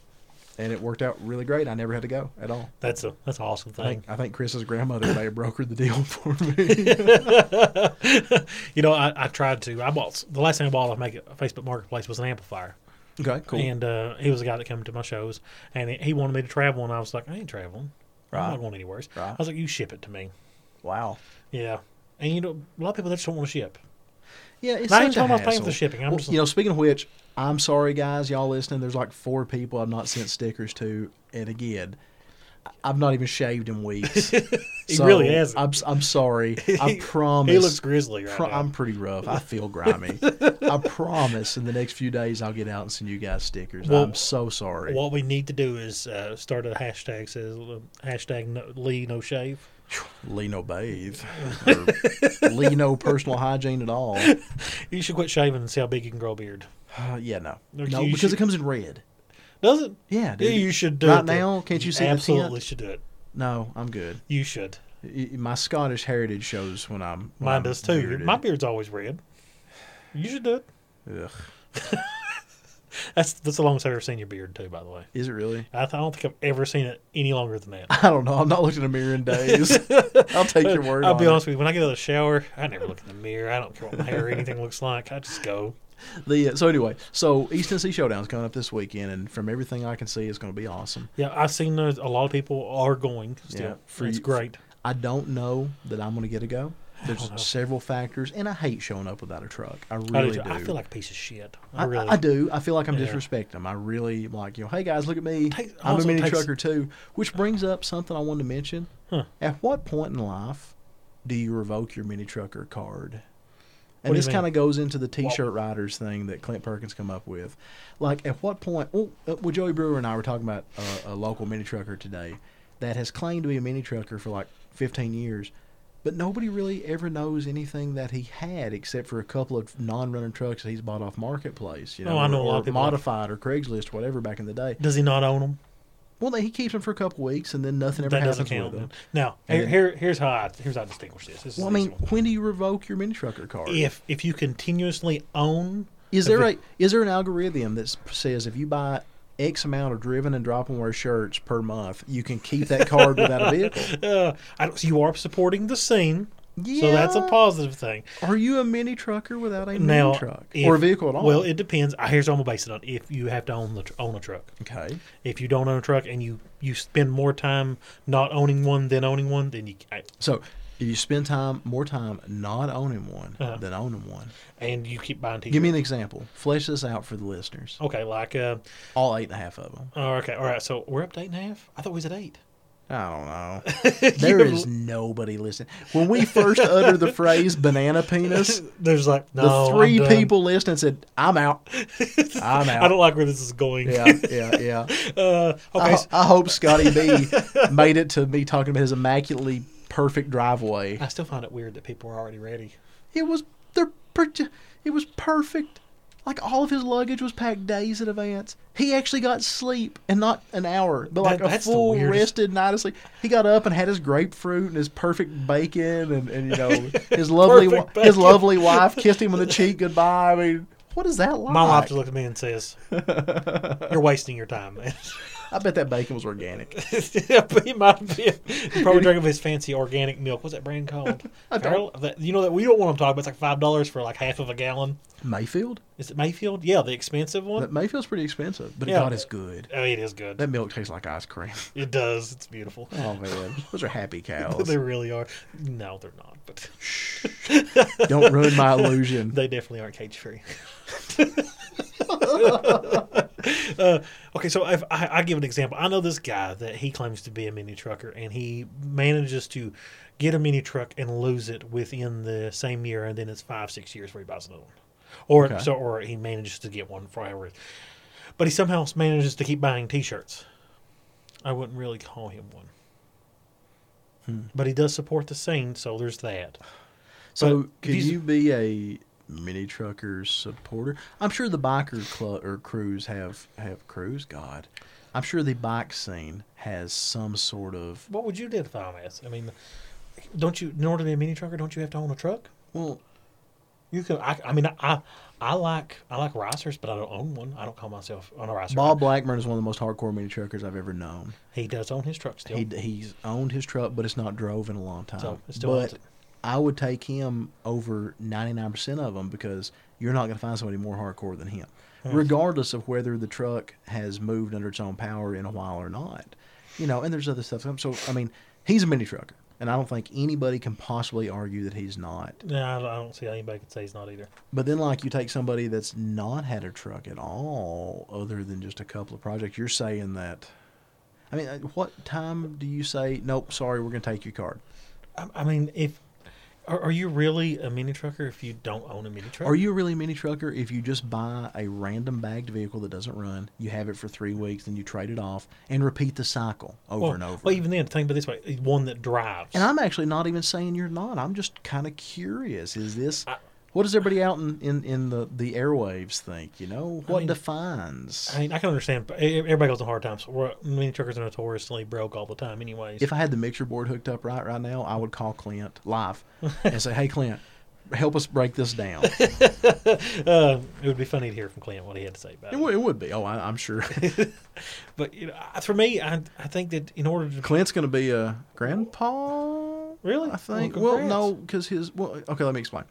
and it worked out really great. I never had to go at all. that's a that's an awesome I thing. think, I think Chris's grandmother may have brokered the deal for me. You know, I, I tried to. I bought the last thing I bought off make Facebook Marketplace was an amplifier, okay, cool. and uh, he was a guy that came to my shows, and he wanted me to travel, and I was like, I ain't traveling. Right. I'm not going anywhere. Right. I was like, you ship it to me. wow. Yeah, and you know, a lot of people they just don't want to ship. Yeah, it's Not even such a talking about paying for hassle. the shipping. I'm Well, just- you know, speaking of which, I'm sorry, guys, y'all listening. There's like four people I've not sent stickers to, and again, I- I've not even shaved in weeks. He really hasn't. I'm, s- I'm sorry. I promise. He looks grizzly right Pro- now. I'm pretty rough. I feel grimy. I promise. In the next few days, I'll get out and send you guys stickers. Well, I'm so sorry. What we need to do is uh, start a hashtag says uh, hashtag no, Lee no shave. Leno bathe. Or Leno personal hygiene at all. You should quit shaving and see how big you can grow a beard. Uh, yeah, no, No, no, you because should- it comes in red. Does it? Yeah, Yeah, dude. you should do right it. now. Can't you see the tint? Absolutely should do it. No, I'm good. You should. Y- y- My Scottish heritage shows when I'm. When Mine I'm does too. Your- bearded. My beard's always red. You should do it. Ugh. That's that's the longest I've ever seen your beard too. By the way, Is it really? I, th- I don't think I've ever seen it any longer than that. I don't know. I'm not looking in a mirror in days. I'll take your word. I'll on be it. honest with you. When I get out of the shower, I never look in the mirror. I don't care what my hair or anything looks like. I just go. The uh, so anyway, so East Tennessee Showdown's coming up this weekend, and from everything I can see, it's going to be awesome. Yeah, I've seen those, a lot of people are going still. Yeah, for it's you- great. I don't know that I'm going to get a go. don't know. There's several factors, and I hate showing up without a truck. I I, do really too. do. I feel like a piece of shit. I I, really. I do. I feel like I'm Yeah. disrespecting them. I really am like you know. Hey guys, look at me. Takes- I'm a also mini takes- trucker too. Which brings up something I wanted to mention. Huh. At what point in life do you revoke your mini trucker card? And What do you this mean? kind of goes into the T-shirt riders thing that Clint Perkins come up with. Like, at what point? Well, uh, well Joey Brewer and I were talking about uh, a local mini trucker today that has claimed to be a mini trucker for like 15 years, but nobody really ever knows anything that he had except for a couple of non-running trucks that he's bought off marketplace. You know, Oh, I know a or, lot of or people like- modified or Craigslist, whatever back in the day. Does he not own them? Well, they, he keeps them for a couple weeks, and then nothing ever that doesn't happens count. with them. Now, And then- here, here, here's how I here's how I distinguish this. this is Well, I an easy mean, one. when do you revoke your mini trucker card? if if you continuously own, Is there a is there an algorithm that s- says if you buy X amount of driven and drop and wear shirts per month, you can keep that card without a vehicle? uh, I don't, so you are supporting the scene, so that's a Yeah. positive thing. Are you a mini trucker without a mini now, truck if- or a vehicle at all? Well, it depends. I- Here's what I'm gonna base it on: if you have to own the tr- own a truck, okay. if you don't own a truck and you you spend more time not owning one than owning one, then you can't, So if you spend time more time not owning one Uh-huh. than owning one, and you keep buying t-shirts. give me an example. Flesh this out for the listeners. okay, like uh, All eight and a half of them. oh, okay, all right. So we're up to eight and a half. I thought we was at eight. I don't know. There You're- is nobody listening. When we first uttered the phrase "banana penis," There's like the no, Oh, I'm 3 done. people listening said, "I'm out. I'm out." I don't like where this is going. yeah, Uh-huh. yeah, yeah. Uh, okay. I, so- I hope Scotty B made it to me talking about his immaculately perfect driveway. I still find it weird that people are already ready. It was they're pretty, it was perfect. Like all of his luggage was packed days in advance. He actually got sleep and not an hour, but like That- a that's the full weirdest- rested night of sleep. He got up and had his grapefruit and his perfect bacon and, and you know his lovely wi- Perfect his bacon. lovely wife kissed him on the cheek goodbye. I mean, what is that like? My wife just looked at me and says, "You're wasting your time." man." I bet that bacon was organic. he might be he probably drinking his fancy organic milk. What's that brand called? I don't- Farrell- that- you know that we don't want to talk about. It's like five dollars for like half of a gallon. Mayfield, Is it Mayfield? Yeah, the expensive one. that Mayfield's pretty expensive, but Yeah. God, it's good. oh, it is good. That milk tastes like ice cream. it does. It's beautiful. Oh man, those are happy cows. they really are. No, they're not. But Don't ruin my illusion. they definitely aren't cage free. uh, okay, so if I, I give an example, I know this guy that he claims to be a mini trucker, and he manages to get a mini truck and lose it within the same year, and then it's five six years where he buys another one, or Okay. so, or he manages to get one for however. But he somehow manages to keep buying T-shirts. I wouldn't really call him one, Hmm. but he does support the scene, so there's that. So, But can these- you be a mini trucker supporter? I'm sure the biker club or crews have have crews. God, I'm sure the bike scene has some sort of What would you identify him as? I mean, don't you in order to be a mini trucker? Don't you have to own a truck? well. You can. I, I mean, I I like I like racers, but I don't own one. I don't call myself on a ricer. Bob Blackburn is one of the most hardcore mini truckers I've ever known. he does own his truck still. He he's owned his truck, but it's not drove in a long time. So, it still owns but it. I would take him over 99% of them because you're not going to find somebody more hardcore than him, regardless of whether the truck has moved under its own power in a while or not. You know, and there's other stuff. So I mean, he's a mini trucker, and I don't think anybody can possibly argue that he's not. no, I don't, I don't see how anybody could say he's not either. But then, like, you take somebody that's not had a truck at all, other than just a couple of projects, you're saying that. I mean, uh, what time do you say, nope, sorry, we're going to take your card? I, I mean, if are, are you really a mini trucker if you don't own a mini truck? Are you really a mini trucker if you just buy a random bagged vehicle that doesn't run, you have it for three weeks, then you trade it off and repeat the cycle over well, and over? Well, even then, think about it this way: eh, one that drives. and I'm actually not even saying you're not. I'm just kind of curious. Is this. what does everybody out in, in, in the, the airwaves think? You know, what mean- defines? I mean, I can understand. but e- Everybody goes on hard times. We're, mini truckers are notoriously broke all the time, anyways. if I had the mixer board hooked up right right now, I would call Clint live and say, "Hey, Clint, help us break this down." it, uh, it would be funny to hear from Clint what he had to say about it. would, it would be. Oh, I, I'm sure. But you know, I- for me, I I think that in order to Clint's going to be a grandpa. Really? I think. Well, Oh, Well, congrats. no, because his. Well, okay, let me explain.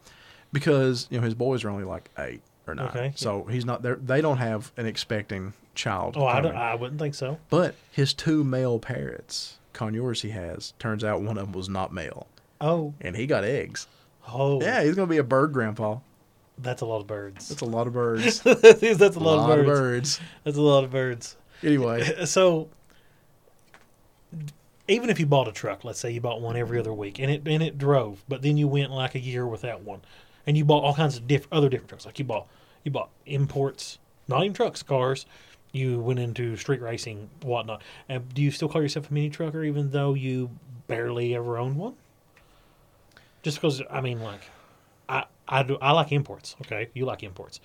Because you know his boys are only like eight or nine, Okay. so he's not there. They don't have an expecting child. oh, I, don't, coming. I wouldn't think so. But his two male parrots, conures he has, turns out one of them was not male, Oh, and he got eggs. Oh, Yeah, he's gonna be a bird grandpa. that's a lot of birds. That's a lot of birds. that's a lot, of, birds. birds. That's a lot of birds. Anyway, So, even if you bought a truck, let's say you bought one every other week, and it and it drove, but then you went like a year without one, and you bought all kinds of diff- other different trucks. Like you bought you bought imports, not even trucks, cars. You went into street racing, whatnot. And do you still call yourself a mini trucker, even though you barely ever owned one? Just because I mean, like, I I do I like imports. Okay, you like imports.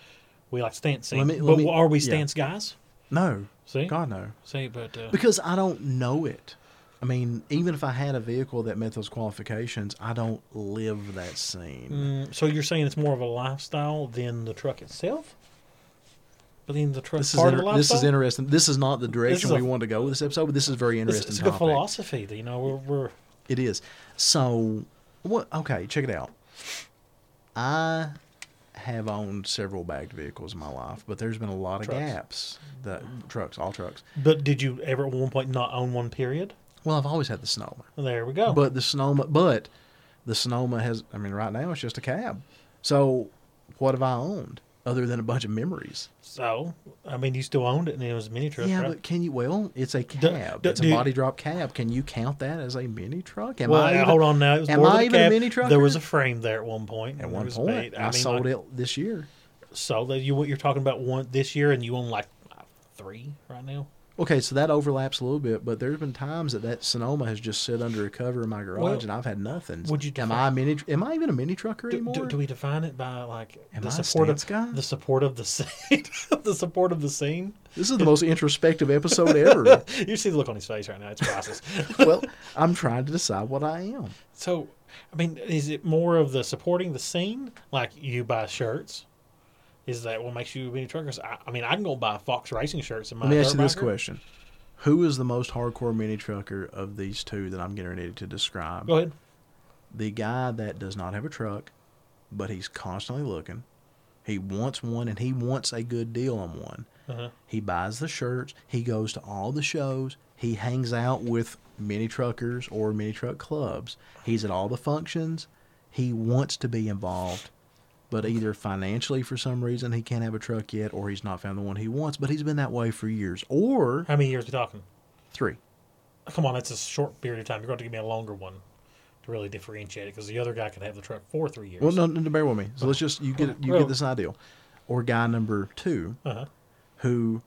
We like stancing, Let me- let but me- are we yeah. stance guys? no, See, God no, see, but uh, because I don't know it. I mean, even if I had a vehicle that met those qualifications, I don't live that scene. Mm, so you're saying it's more of a lifestyle than the truck itself? But then the truck This is part inter- of the this lifestyle? is interesting. This is not the direction is a- we want to go with this episode, but this is a very It's, interesting. it's a good topic. philosophy. That, you know, we're, we're It is. So, what? Okay, check it out. I have owned several bagged vehicles in my life, but there's been a lot of Trucks. gaps. The trucks, all trucks. but did you ever at one point not own one? Period. Well, I've always had the Sonoma, There we go. but the Sonoma, but the Sonoma has. I mean, right now it's just a cab. So, what have I owned other than a bunch of memories? so I mean, you still owned it, and it was a mini truck, yeah, right? but can you? Well, it's a cab. d- it's a do- body drop cab. Can you count that as a mini truck? Am well, I uh, even- hold on now. It was am more I than even a cab. mini trucker? There was a frame there at one point. At There one was a point, bait. I, sold it this year. So that you what you're talking about one this year, and you own like uh, three right now. Okay, so that overlaps a little bit, but there's been times that that Sonoma has just sit under a cover in my garage, Well, and I've had nothing. would you Am I a mini? Am I even a mini trucker Do, anymore? do, do we define it by like Am the I a support of stance guy? the support of the scene? the support of the scene. this is the most introspective episode ever. You see the look on his face right now; it's priceless. well, I'm trying to decide what I am. so, I mean, is it more of the supporting the scene, like you buy shirts? Is that what makes you a mini truckers? I, I mean, I can go buy Fox Racing shirts in my. Let me ask you dirt this biker. question: Who is the most hardcore mini trucker of these two that I'm getting ready to describe? Go ahead. the guy that does not have a truck, but he's constantly looking. He wants one and he wants a good deal on one. Uh-huh. He buys the shirts, he goes to all the shows, he hangs out with mini truckers or mini truck clubs. He's at all the functions. He wants to be involved, but either financially for some reason he can't have a truck yet or he's not found the one he wants, but he's been that way for years or How many years are we talking? 3. Come on, that's a short period of time. You're going to give me a longer one to really differentiate it because the other guy could have the truck for three years. Well, no, no, bear with me. So let's just you get you Well- get this ideal. Or guy number 2 Uh huh. who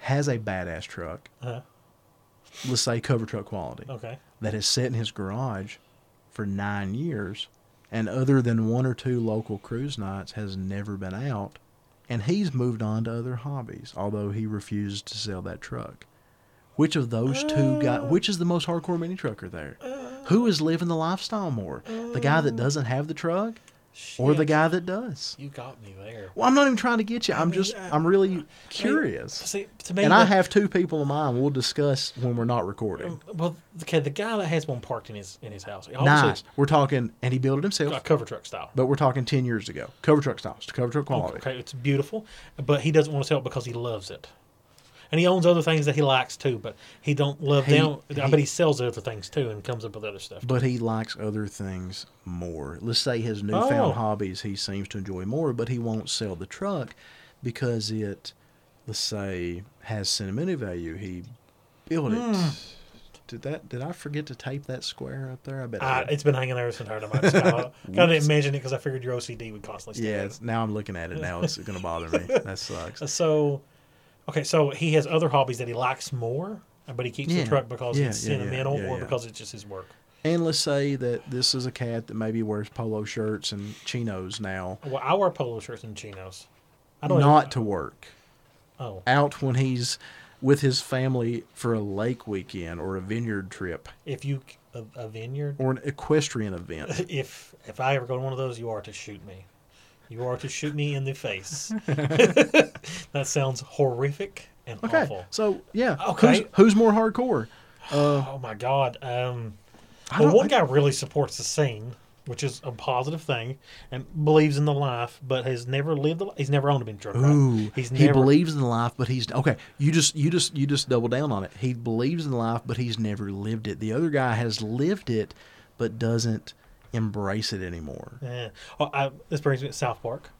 has a badass truck, Uh-huh. let's say cover truck quality, Okay. that has sat in his garage for nine years, and other than one or two local cruise nights, has never been out, and he's moved on to other hobbies, although he refused to sell that truck. Which of those two Oh. got? Which is the most hardcore mini trucker there? Who is living the lifestyle more? The guy that doesn't have the truck, or the Oh. Shit. guy that does? You got me there. Well, I'm not even trying to get you. I'm just, I'm really curious. See, to me, And I that- have two people in mind we'll discuss when we're not recording. Well, okay, the guy that has one parked in his in his house, he Oh, obviously Nice. We're talking, and he built it it's a himself, cover truck style. but we're talking 10 years ago. Cover truck styles, cover truck quality. Oh, Okay, it's beautiful, but he doesn't want to sell it because he loves it, and he owns other things that he likes too. But he don't love He- them. I he- bet he sells other things too and comes up with other stuff. But he likes other things more. Let's say his newfound Oh. hobbies he seems to enjoy more, but he won't sell the truck because it, let's say, has sentimental value. He built it. Hmm. Did that? Did I forget to tape that square up there? I bet. I I, did. it's been hanging there this entire time. I just kinda, kinda didn't mention it because I figured your OCD would constantly. stare Yeah, at it. it's, now I'm looking at it. Now it's going to bother me. That sucks. Uh, So, okay, so he has other hobbies that he likes more, but he keeps Yeah. the truck because Yeah, it's yeah, yeah, sentimental yeah, or yeah. because it's just his work. And let's say that this is a cat that maybe wears polo shirts and chinos now, Well, I wear polo shirts and chinos. I don't not to work. Oh, Out when he's with his family for a lake weekend or a vineyard trip if you a, a vineyard, or an equestrian event. if if I ever go to one of those, you are to shoot me. You are to shoot me in the face. that sounds horrific and Okay, awful. so yeah, Okay. who's, who's more hardcore? oh my god. Um, Uh, I well, don't- one guy really supports the scene, which is a positive thing, and believes in the life, but has never lived. The, li- he's never owned a mini truck. right? Ooh, Uh, he's he never. believes in life, but he's okay. You just, you just, you just double down on it. He believes in life, but he's never lived it. The other guy has lived it, but doesn't embrace it anymore. Yeah. Oh, I, this brings me to South Park.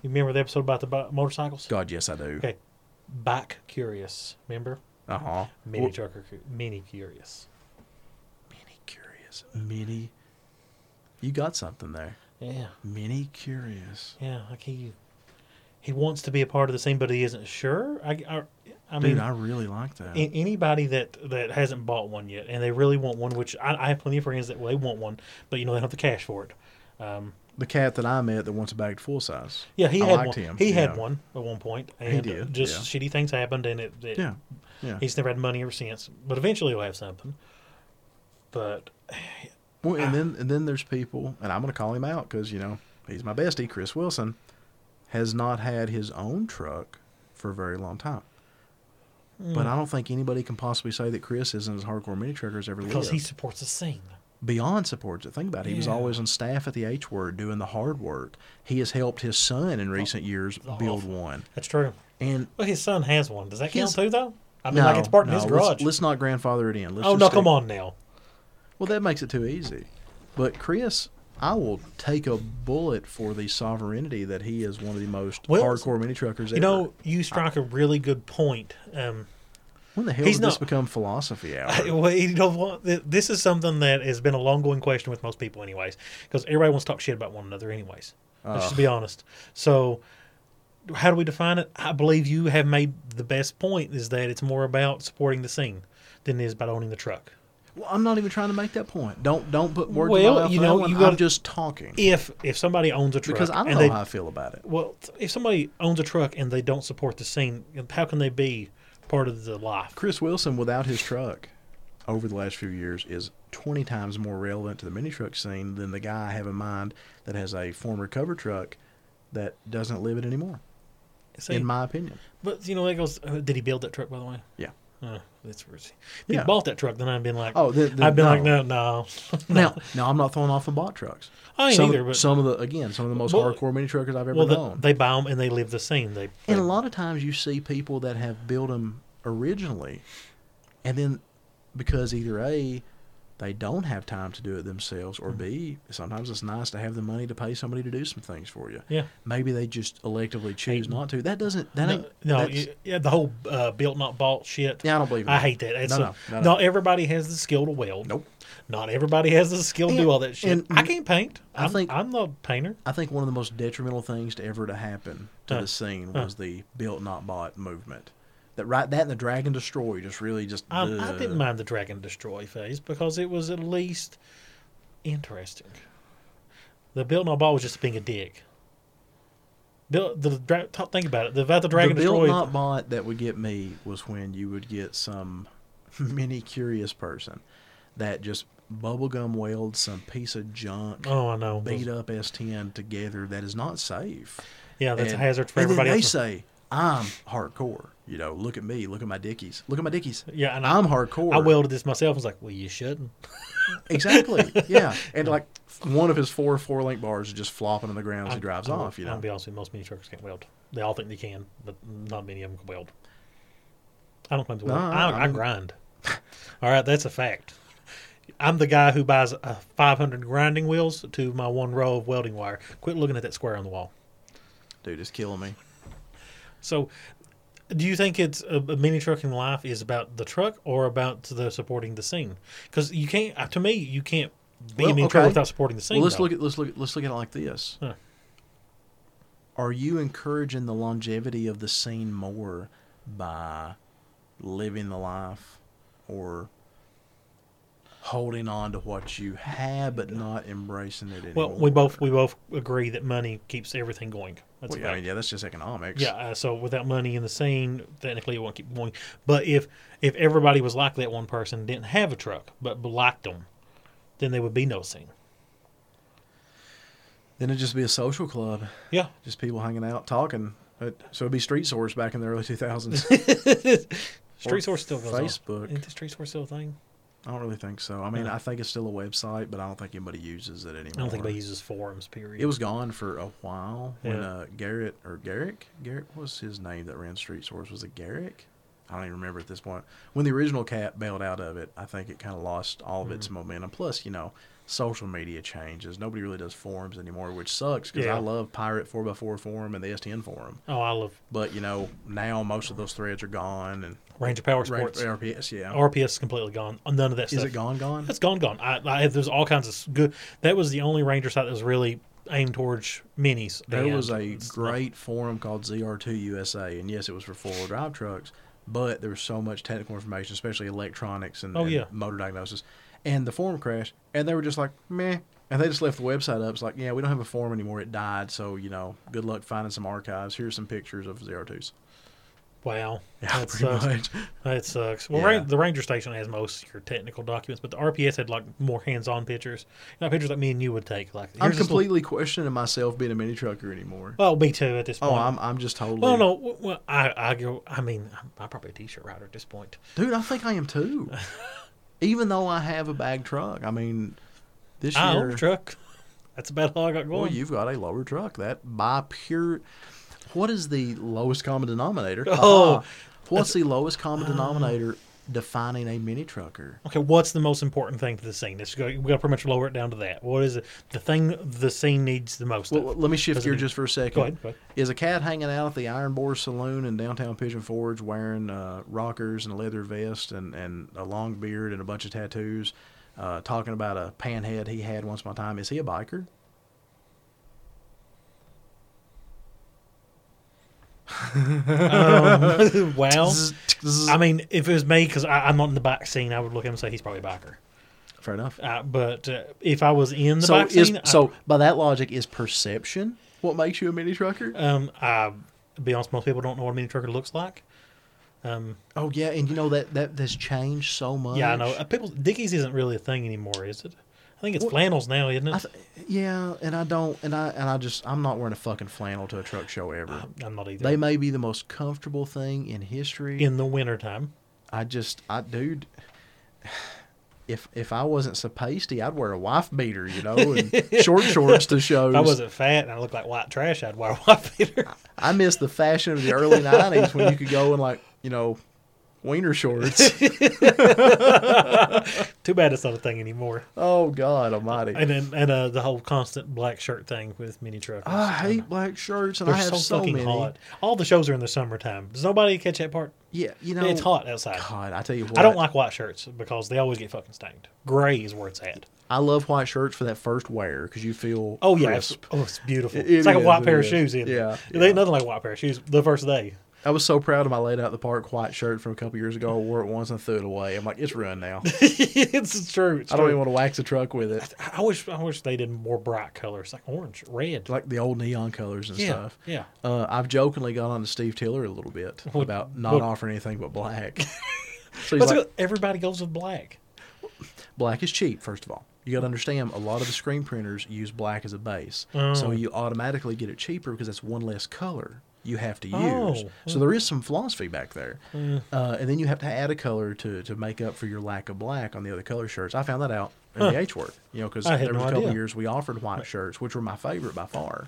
You remember the episode about the bi- motorcycles? God, yes, I do. Okay. Bike curious. Remember? Uh huh. Mini trucker. cu- Mini curious. Mini curious. Mini. You got something there. Yeah. Mini curious. Yeah. Like he, he wants to be a part of the scene, but he isn't sure. I, I, I Dude, mean, I really like that. a- anybody that that hasn't bought one yet and they really want one, which I, I have plenty of friends that well, they want one, but you know they don't have the cash for it. Um, the cat that I met that wants a bagged full size. yeah, he I had liked one. him, He had yeah. one at one point, and uh, did, just shitty things happened, and it, it Yeah. Yeah. He's never had money ever since, but eventually he'll have something. But Well, and then and then there's people, and I'm going to call him out because you know he's my bestie. Chris Wilson has not had his own truck for a very long time, Hmm. but I don't think anybody can possibly say that Chris isn't as hardcore mini truckers ever because lived. he supports the scene, Beyond supports it. Think about it. He was Yeah. always on staff at the H Word doing the hard work. He has helped his son in recent years build Oh, awful. one, that's true. and Well, his son has one. Does that count His- too, though? I mean, no, like it's parked no, in his let's- garage. Let's, not grandfather it in. Let's oh just no, stick- come on now. Well, that makes it too easy. But Chris, I will take a bullet for the sovereignty that he is one of the most Well, hardcore mini truckers ever. You know, you strike a really good point. Um, when the hell he's did this not- become philosophy hour? well, you know what? Th- This is something that has been a long going question with most people, anyways, because everybody wants to talk shit about one another, anyways. Let's just be Ah. honest. So, how do we define it? I believe you have made the best point is that it's more about supporting the scene than it is about owning the truck. well, I'm not even trying to make that point. Don't don't put words in Well, my mouth. you on that know, one. you gotta- I'm just talking If if somebody owns a truck, because I don't and know they, how I feel about it. well, if somebody owns a truck and they don't support the scene, how can they be part of the life? Chris Wilson without his truck over the last few years is 20 times more relevant to the mini truck scene than the guy I have in mind that has a former cover truck that doesn't live it anymore. See, in my opinion, but you know, that goes. uh, did he build that truck, by the way? yeah. Oh, that's worse. If Yeah. you bought that truck, then I've been like, Oh, the- the- I've been like, no. no, no. Now, now I'm not throwing off the bot trucks. I ain't some, either, but- some of the again, some of the most Well- hardcore mini truckers I've ever well, the, known. they buy them and they leave the scene. They, and a lot of times you see people that have built them originally, and then because either a they don't have time to do it themselves, Mm-hmm. or b sometimes it's nice to have the money to pay somebody to do some things for you. Yeah. maybe they just electively choose not to. That doesn't. That no, ain't. no that's- y- yeah, the whole uh, built not bought shit. Yeah, I don't believe in I that. hate that. No, It's a- no, no, no. Not everybody has the skill to weld. Nope. Not everybody has the skill to And- do all that shit. and- I can't paint. I I'm, think- I'm not a painter. I think one of the most detrimental things to ever to happen to Huh. the scene was the built not bought movement. That right that and the drag and destroy just really just Um, I didn't Ugh. mind the Dragon Destroy phase because it was at least interesting. The Bill No Ball was just being a dick. Bill, the dra- t- think about it. The about the Dragon the Destroy. built not bought that would get me was when you would get some mini curious person that just bubblegum welds some piece of junk oh, I know. beat up S10 together that is not safe. Yeah, Oh, that's And- a hazard for and then everybody else. they say I'm hardcore. You know, look at me, look at my dickies, look at my dickies. yeah, and I, I'm hardcore. I welded this myself. I was like, well, you shouldn't. Exactly. Yeah, and like one of his four four link bars is just flopping on the ground as he drives I'm, off. You I'll know, be honest with you, most mini truckers can't weld. They all think they can, but not many of them can weld. I don't claim to weld. No, I, I, I'm- grind. all right, that's a fact. I'm the guy who buys uh, 500 grinding wheels to my one row of welding wire. Quit looking at that square on the wall. dude, it's killing me. So, do you think it's uh, a, a mini trucking life is about the truck or about the supporting the scene? Because you can't, uh, to me, you can't be Well, a mini trucker okay. without supporting the scene. Well, let's though. look at let's look at, let's look at it like this. Huh. Are you encouraging the longevity of the scene more by living the life, or holding on to what you have but not embracing it anymore? Well, we both we both agree that money keeps everything going. That's Well, a yeah, I fact. mean, yeah, that's just economics. Yeah, uh, so without money in the scene, technically it won't keep going. But if if everybody was like that one person didn't have a truck but liked them, then there would be no scene. Then it'd just be a social club. Yeah, just people hanging out talking. But, so it'd be Street Source back in the early 2000s. street source still goes on. Facebook. Isn't the street source still a thing? I don't really think so. I mean, I think it's still a website, but I don't think anybody uses it anymore. I don't think they uses forums. Period. It was gone for a while when Yeah. uh, Garrett or Garrick, Garrett what was his name that ran Street Source. Was it Garrick? I don't even remember at this point. When the original cat bailed out of it, I think it kind of lost all of its Mm. momentum. Plus, you know, social media changes. Nobody really does forums anymore, which sucks because Yeah. I love Pirate 4x4 forum and the STN forum. Oh, I love But, you know, now most of those threads are gone and Ranger Power Ra- Sports. RPS, yeah. RPS is completely gone. None of that Is stuff. it gone, gone? It's gone, gone. I, I, there's all kinds of s- good. That was the only Ranger site that was really aimed towards minis. There and was a stuff. great forum called ZR2 USA, and yes, it was for four wheel drive trucks, but there was so much technical information, especially electronics and, Oh, and yeah. motor diagnosis. And the forum crashed, and they were just like, meh. And they just left the website up. It's like, yeah, we don't have a forum anymore. It died. So, you know, good luck finding some archives. Here's some pictures of ZR2s. Wow. Yeah, that pretty sucks. much. That sucks. Well, Yeah. Ran- the Ranger Station has most of your technical documents, but the RPS had like more hands-on pictures, not pictures like me and you would take. Like I'm here's this little- completely questioning myself being a mini trucker anymore. well, me too at this point. Oh, I'm, I'm just totally. well, no, w- well, I, I go. I mean, I'm, I'm probably a t-shirt rider at this point. Dude, I think I am too. Even though I have a bag truck. I mean, this I year. own a Ah, truck. That's about all I got going. Well, you've got a lower truck. That by pure, what is the lowest common denominator? Oh, Ah, what's the lowest common denominator defining a mini trucker? Okay, what's the most important thing to the scene? It's go, we got to pretty much lower it down to that. What is it? The thing the scene needs the most. Well, of. let me shift Doesn't gear mean- just for a second. Go ahead, go ahead. Is a cat hanging out at the Iron Boar Saloon in downtown Pigeon Forge wearing uh, rockers and a leather vest and, and a long beard and a bunch of tattoos, uh, talking about a panhead he had once upon a time? Is he a biker? Um, well, Zzz, I mean, if it was me, because I'm not in the back scene, I would look at him and say he's probably a biker. Fair enough. Uh, but uh, if I was in the So, back is, scene, so by that logic, is perception what makes you a mini trucker? I, um, I, to be honest, most people don't know what a mini trucker looks like. Um, Oh yeah, and you know that that has changed so much. yeah, I know. Uh, people Dickies isn't really a thing anymore, is it? I think it's Well, flannels now, isn't it? I th- yeah, and I don't, and I and I just I'm not wearing a fucking flannel to a truck show ever. I'm not either. They may be the most comfortable thing in history. in the wintertime. I just, I dude, if if I wasn't so pasty, I'd wear a wife beater, you know, and short shorts to shows. If I wasn't fat and I looked like white trash, I'd wear a white beater. I miss the fashion of the early '90s when you could go in like you know, wiener shorts. Too bad it's not a thing anymore. oh God Almighty! And then and uh, the whole constant black shirt thing with mini truckers. Ah, I hate black shirts, and They're I have so, so, fucking many. hot. All the shows are in the summertime. Does nobody catch that part? Yeah, you know, It's hot outside. God, I tell you what, I don't like white shirts because they always get fucking stained. Gray is where it's at. I love white shirts for that first wear because you feel Oh yeah, it's, crisp. oh it's beautiful. It- it's it like is, a white it pair of is. shoes. Isn't Yeah, it? it yeah. ain't nothing like white pair of shoes the first day. I was so proud of my laid out the park white shirt from a couple years ago. I wore it once and threw it away. I'm like, it's ruined now. it's true. It's I don't true. even want to wax a truck with it. I- I wish I wish they did more bright colors like orange, red. Like the old neon colors and yeah, stuff. yeah. Uh, I've jokingly gone on to Steve Tiller a little bit What- about not what- offering anything but black. so he's But like, it's- everybody goes with black. black is cheap first of all you got to understand a lot of the screen printers use black as a base Oh. so you automatically get it cheaper because that's one less color you have to use Oh. so there is some philosophy back there uh, and then you have to add a color to, to make up for your lack of black on the other color shirts i found that out in the h word you know because I had there was no a couple idea. years we offered white shirts which were my favorite by far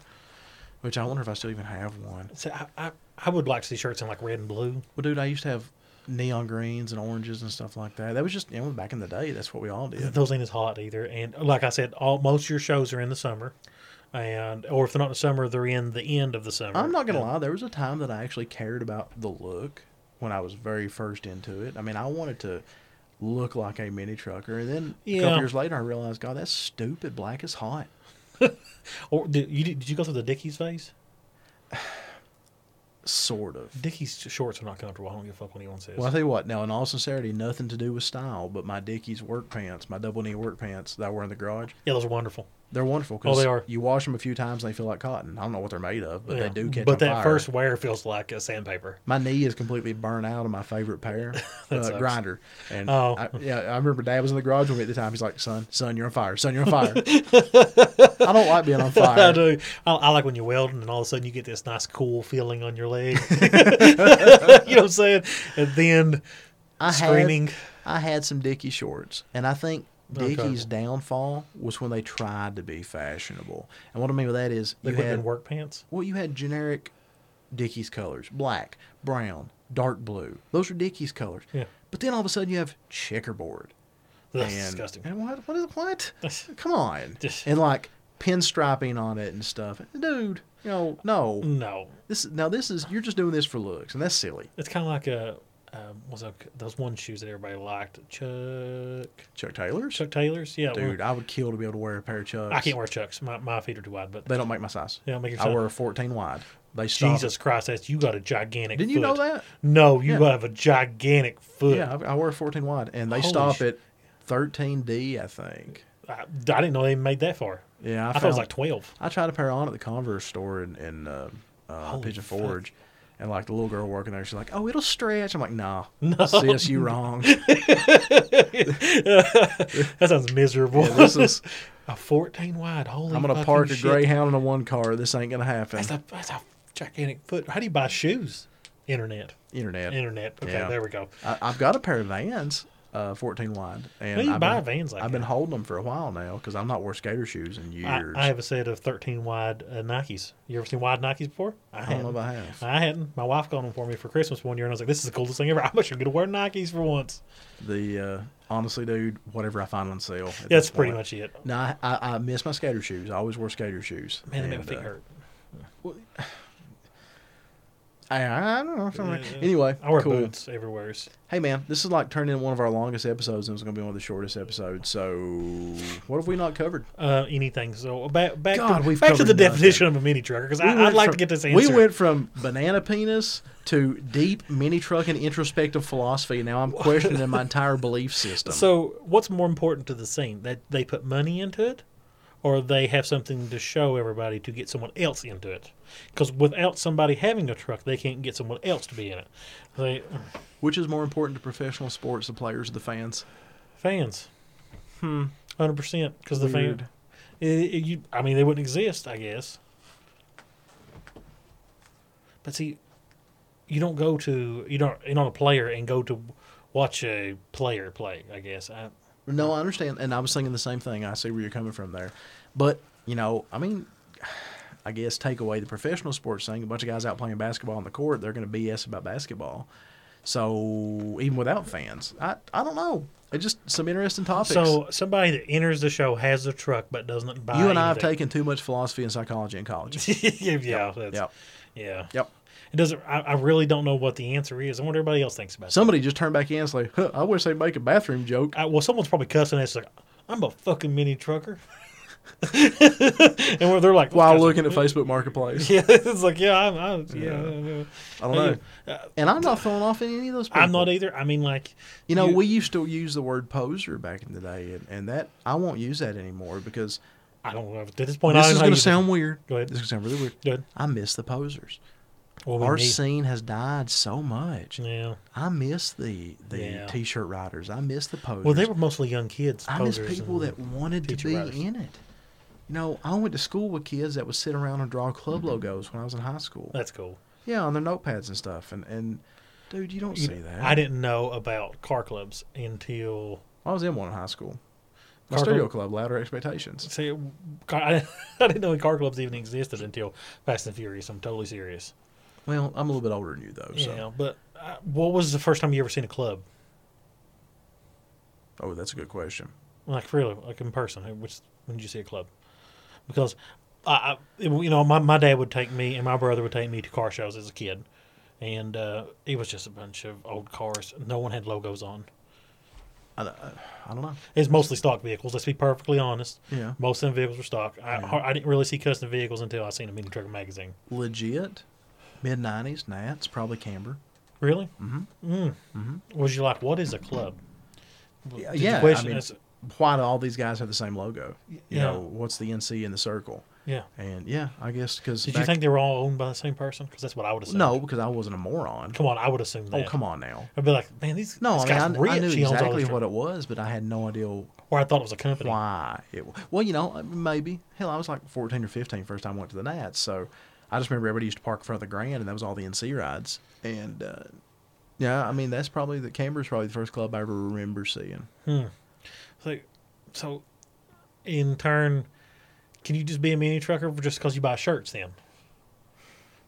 which i wonder if i still even have one So I, I I would like to see shirts in like red and blue. well dude i used to have neon greens and oranges and stuff like that that was just you know back in the day that's what we all did Those ain't as hot either. And like I said, all most of your shows are in the summer, and or if they're not in the summer, they're in the end of the summer. I'm not gonna lie. There was a time that I actually cared about the look when I was very first into it. I mean, I wanted to look like a mini trucker, and then a couple Yeah. years later, I realized, God, that's stupid. Black is hot. Or did you did you go through the Dickies phase? Sort of. Dickies shorts are not comfortable. I don't give a fuck what anyone says. Well, I tell you what. Now, in all sincerity, nothing to do with style, but my Dickies work pants, my double knee work pants that I wear in the garage, yeah, those are wonderful. they're wonderful. Oh, they are. You wash them a few times, and they feel like cotton. I don't know what they're made of, but Yeah. they do catch. But on that fire. first wear feels like a sandpaper. my knee is completely burnt out of my favorite pair, uh, sucks. grinder. And Oh. I, yeah, I remember Dad was in the garage with me at the time. He's like, "Son, son, you're on fire. Son, you're on fire." I don't like being on I fire. do. I, I like when you're welding, and all of a sudden you get this nice cool feeling on your leg. you know what I'm saying? And then I had- screaming. I had some Dickie shorts, and I think Okay. Dickie's downfall was when they tried to be fashionable. And what I mean by that is They you put it had in work pants. well, you had generic Dickies colors: black, brown, dark blue. Those are Dickies colors. Yeah. But then all of a sudden you have checkerboard. That's and, disgusting. And what? What is what? Come on. Just- and like pinstriping on it and stuff. Dude, you know, no. No, This now this is you're just doing this for looks, and that's silly. it's kind of like a um, was that, those one shoes that everybody liked, Chuck Chuck Taylor's. Chuck Taylor's. Yeah, Dude, well, I would kill to be able to wear a pair of Chucks. I can't wear Chucks. My, my feet are too wide. But They don't make my size. They don't make your I size. wear a 14 wide. They stop. Jesus Christ, that's you got a gigantic. Didn't you know foot. that? No, you Yeah. have a gigantic foot. Yeah, I, I wear a 14 wide, and they Holy stop sh- at 13D, I think. I, I didn't know they made that far. Yeah, I, I, found, thought it was like twelve. I tried a pair on at the Converse store in, in uh, uh, Holy Pigeon fuck. Forge, and like the little girl working there, she's like, "Oh, it'll stretch." I'm like, "Nah, sis, you wrong." That sounds miserable. Yeah, this is- a fourteen wide. Holy, I'm gonna fucking park a shit. Greyhound in a one car. This ain't gonna happen. That's a, that's a gigantic foot. How do you buy shoes? Internet. Internet. Internet. Okay, Yeah. there we go. I, I've got a pair of Vans, uh, 14 wide, and Well, you I've buy been, Vans like I've been that. holding them for a while now because I'm not wearing skater shoes in I, years. I have a set of 13 wide uh, Nikes. You ever seen wide Nikes before? I, don't know hadn't. if I have. I hadn't. My wife got them for me for Christmas one year, and I was like, this is the coolest thing ever. I'm actually going to wear Nikes for once. the uh, honestly, dude, whatever I find on sale. at That's this pretty point. much it. No, I, I, I miss my skater shoes. I always wore skater shoes. Man, they make my And, feet uh, hurt. I, I don't know. something- Yeah. Anyway, I wear cool. boots everywhere. Hey, man, this is like turning in one of our longest episodes, and it's going to be one of the shortest episodes. So, what have we not covered? Uh, anything. So back back God, to, we've back to covered the nothing. definition of a mini trucker because We I'd went like from- to get this answer. We went from banana penis to deep mini truck and introspective philosophy. and Now I'm questioning my entire belief system. So, what's more important to the scene that they put money into it, or they have something to show everybody to get someone else into it? Because without somebody having a truck, they can't get someone else to be in it. They Which is more important to professional sports, the players or the fans? fans, hmm, hundred percent. Because the Weird. fan, i- i- you, I mean, they wouldn't exist, I guess. But see, you don't go to you don't you're not a player and go to watch a player play. I guess I, No, I understand. And I was thinking the same thing. I see where you're coming from there. But, you know, I mean, I guess take away the professional sports thing. A bunch of guys out playing basketball on the court, they're going to BS about basketball. So, even without fans, I, I don't know. It's just some interesting topics. So somebody that enters the show has a truck but doesn't buy. you and I have anything. taken too much philosophy and psychology in college. yeah, yeah, that's, yep. yeah. Yep. It doesn't. I, I really don't know what the answer is. I wonder what everybody else thinks about. it. Somebody just turned back in and said, huh, I wish they'd make a bathroom joke. I, well, someone's probably cussing at us like, "I'm a fucking mini trucker," and where they're like, While looking at Facebook Marketplace. Yeah, it's like yeah, I'm, I'm yeah. I don't know. And I'm not throwing off any of those people. I'm not e- either. I mean, like, You know, we used to use the word poser back in the day, and, and that I won't use that anymore because I don't know. At this point, I this don't is know going you- to sound weird. Go ahead. This is going to sound really weird. Go ahead. I miss the posers. Well, we Our need- scene has died so much. Yeah. I miss the the Yeah. t-shirt riders. I miss the posers. Well, they were mostly young kids. I miss posers people and- that wanted to teacher be riders. in it. You know, I went to school with kids that would sit around and draw Mm-hmm. club logos when I was in high school. That's cool. yeah, on their notepads and stuff. And and dude, you don't You see know, that. I didn't know about car clubs until I was in one in high school. My Cargo- studio club, Louder Expectations. see, car, I, I didn't know car clubs even existed until Fast and Furious. I'm totally serious. Well, I'm a little bit older than you though. Yeah, So. but uh, what was the first time you ever seen a club? Oh, that's a good question. Like really, like in person? Who- Which when did you see a club? Because I, I you know, my, my dad would take me and my brother would take me to car shows as a kid, and uh, it was just a bunch of old cars. No one had logos on. I, don't- I don't know. It's mostly stock vehicles. Let's be perfectly honest. Yeah. Most of the vehicles were stock. I, I didn't really see custom vehicles until I seen them in the trucker magazine. Legit, mid '90s, Nats, probably Camber. Really? Mm-hmm. Mm. Was you like, what is a club? Yeah, Did you yeah, I question mean, this? why do all these guys have the same logo? You Yeah. know, what's the NC in the circle? Yeah. And yeah, I guess because Did you think they were all owned by the same person? Because that's what I would assume. no, because I wasn't a moron. Come on, I would assume oh, that. come on now. I'd be like, man, these No, this I mean, I, guy's rich. I knew he owns all exactly these what trucks. it was, but I had no idea Or I thought it was a company. why it wa- well you know uh, maybe hell i was like 14 or 15 first time i went to the nats so i just remember everybody used to park in front of the grand and that was all the nc rides and uh, yeah i mean that's probably the camber's probably the first club i ever remember seeing So, so, in turn, can you just be a mini trucker just because you buy shirts then?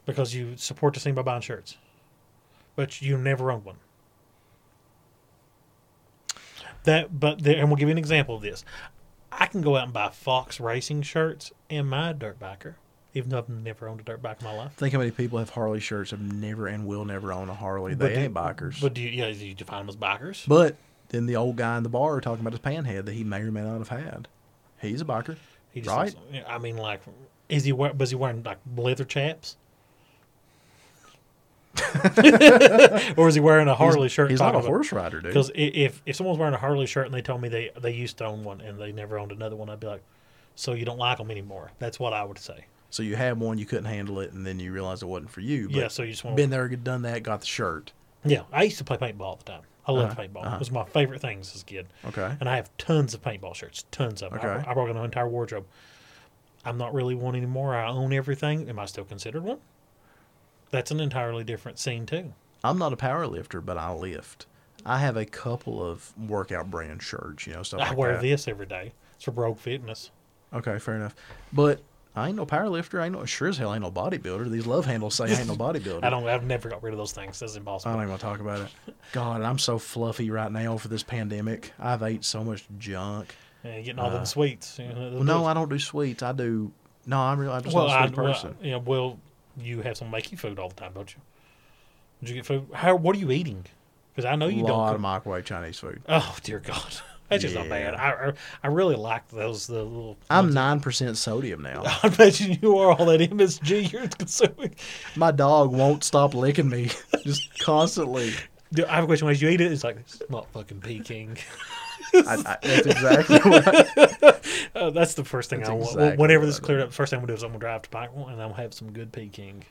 Because you support the scene by buying shirts. but you never own one. That, but there, and we'll give you an example of this. I can go out and buy Fox Racing shirts and my dirt biker, even though I've never owned a dirt bike in my life. Think how many people have Harley shirts have never and will never own a Harley. But They do- ain't bikers. But, But do you, yeah, do you define them as bikers? then the old guy in the bar talking about his panhead that he may or may not have had. He's a biker. He right? looks- yeah, I mean, like, is he wear, was he wearing like leather chaps? or is he wearing a Harley he's, shirt? He's not a horse rider, dude. Because if if someone's wearing a Harley shirt and they told me they they used to own one and they never owned another one, I'd be like, so you don't like them anymore. That's what I would say. So you had one, you couldn't handle it, and then you realized it wasn't for you. But yeah. So you just want been there, done that, got the shirt. Yeah, I used to play paintball all the time. I loved Uh-huh, paintball. uh-huh. It was my favorite things as a kid. Okay. And I have tons of paintball shirts, tons of them. I- Okay. I, brought in an entire wardrobe. I'm not really one anymore. I own everything. Am I still considered one? That's an entirely different scene too. I'm not a power lifter, but I lift. I have a couple of workout brand shirts, you know, stuff I like wear that. this every day. It's for Rogue Fitness. Okay, fair enough. But I ain't no power lifter. I ain't no, sure as hell ain't no bodybuilder. These love handles say I ain't no bodybuilder. I don't. I've never got rid of those things. That's I impossible. don't even want to talk about it. God, I'm so fluffy right now for this pandemic. I've ate so much junk. Yeah, getting all them sweets. You know, uh, Well, no, I don't do sweets. I do. No, I'm really. I'm just well, not I, a sweet person. well, yeah, well, you have some make you food all the time, don't you? Do you get food? How? What are you eating? Because I know you a don't. lot cook- of microwave Chinese food. Oh dear God, that's just not Yeah. bad. I, I I really like those the little. I'm nine percent sodium now. I imagine you are all that MSG you're consuming. My dog won't stop licking me, just constantly. Dude, I have a question. As you eat it, it's like it's not fucking Peking. I, I, that's exactly right. Uh, that's the first thing That's I want. exactly Whenever what this I is cleared up, first thing I'm gonna do is I'm gonna drive to Pikeville and I'm gonna have some good Peking.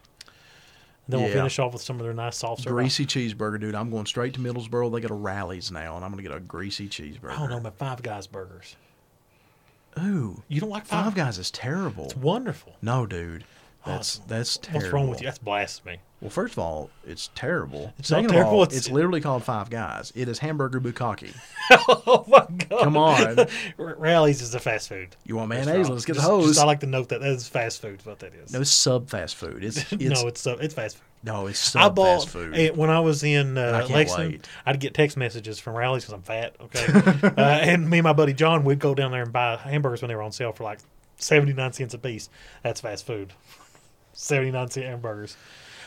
Then we'll Yeah. finish off with some of their nice soft serve. Greasy cheeseburger, dude. I'm going straight to Middlesboro. They got a rallies now, and I'm gonna get a greasy cheeseburger. Oh no, my Five Guys burgers. Ooh, You don't like Five, Five Guys is terrible. Ah. It's wonderful. No, dude, that's that's terrible. What's wrong with you? That's blasphemy. Well, first of all, it's terrible. It's not Second of terrible, all, it's, it's- literally called Five Guys. It is hamburger bukkake. oh my God. Come on, R- Rallies is a fast food. you want That's mayonnaise? right. Let's get Just- the just hose. I like to note that that is fast food. Is what that is. no sub fast food. It's it's no, it's uh, it's fast food. no, it's I sub bought fast food. eh, when I was in I uh, can't Lexington. wait. I'd get text messages from rallies because I'm fat. Okay, uh, and me and my buddy John would go down there and buy hamburgers when they were on sale for like seventy nine cents a piece. That's fast food. seventy nine cent hamburgers.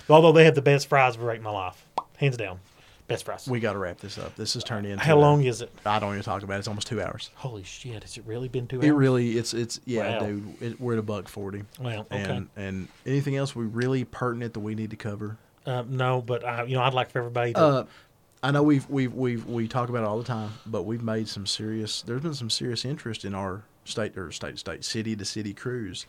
Although they have the best fries I've ever ate in my life, hands down, best fries. we got to wrap this up. This has turned into a- How long is it? I don't even talk about it. It's almost two hours. Holy shit! Has it really been two hours? It really, it's it's yeah, Wow. dude. It, we're at a buck forty. Wow, okay. And and anything else we really pertinent that we need to cover? Uh, no, but I, you know, I'd like for everybody to. Uh, I know we've we've we've we talk about it all the time, but we've made some serious. There's been some serious interest in our state or state state city to city cruise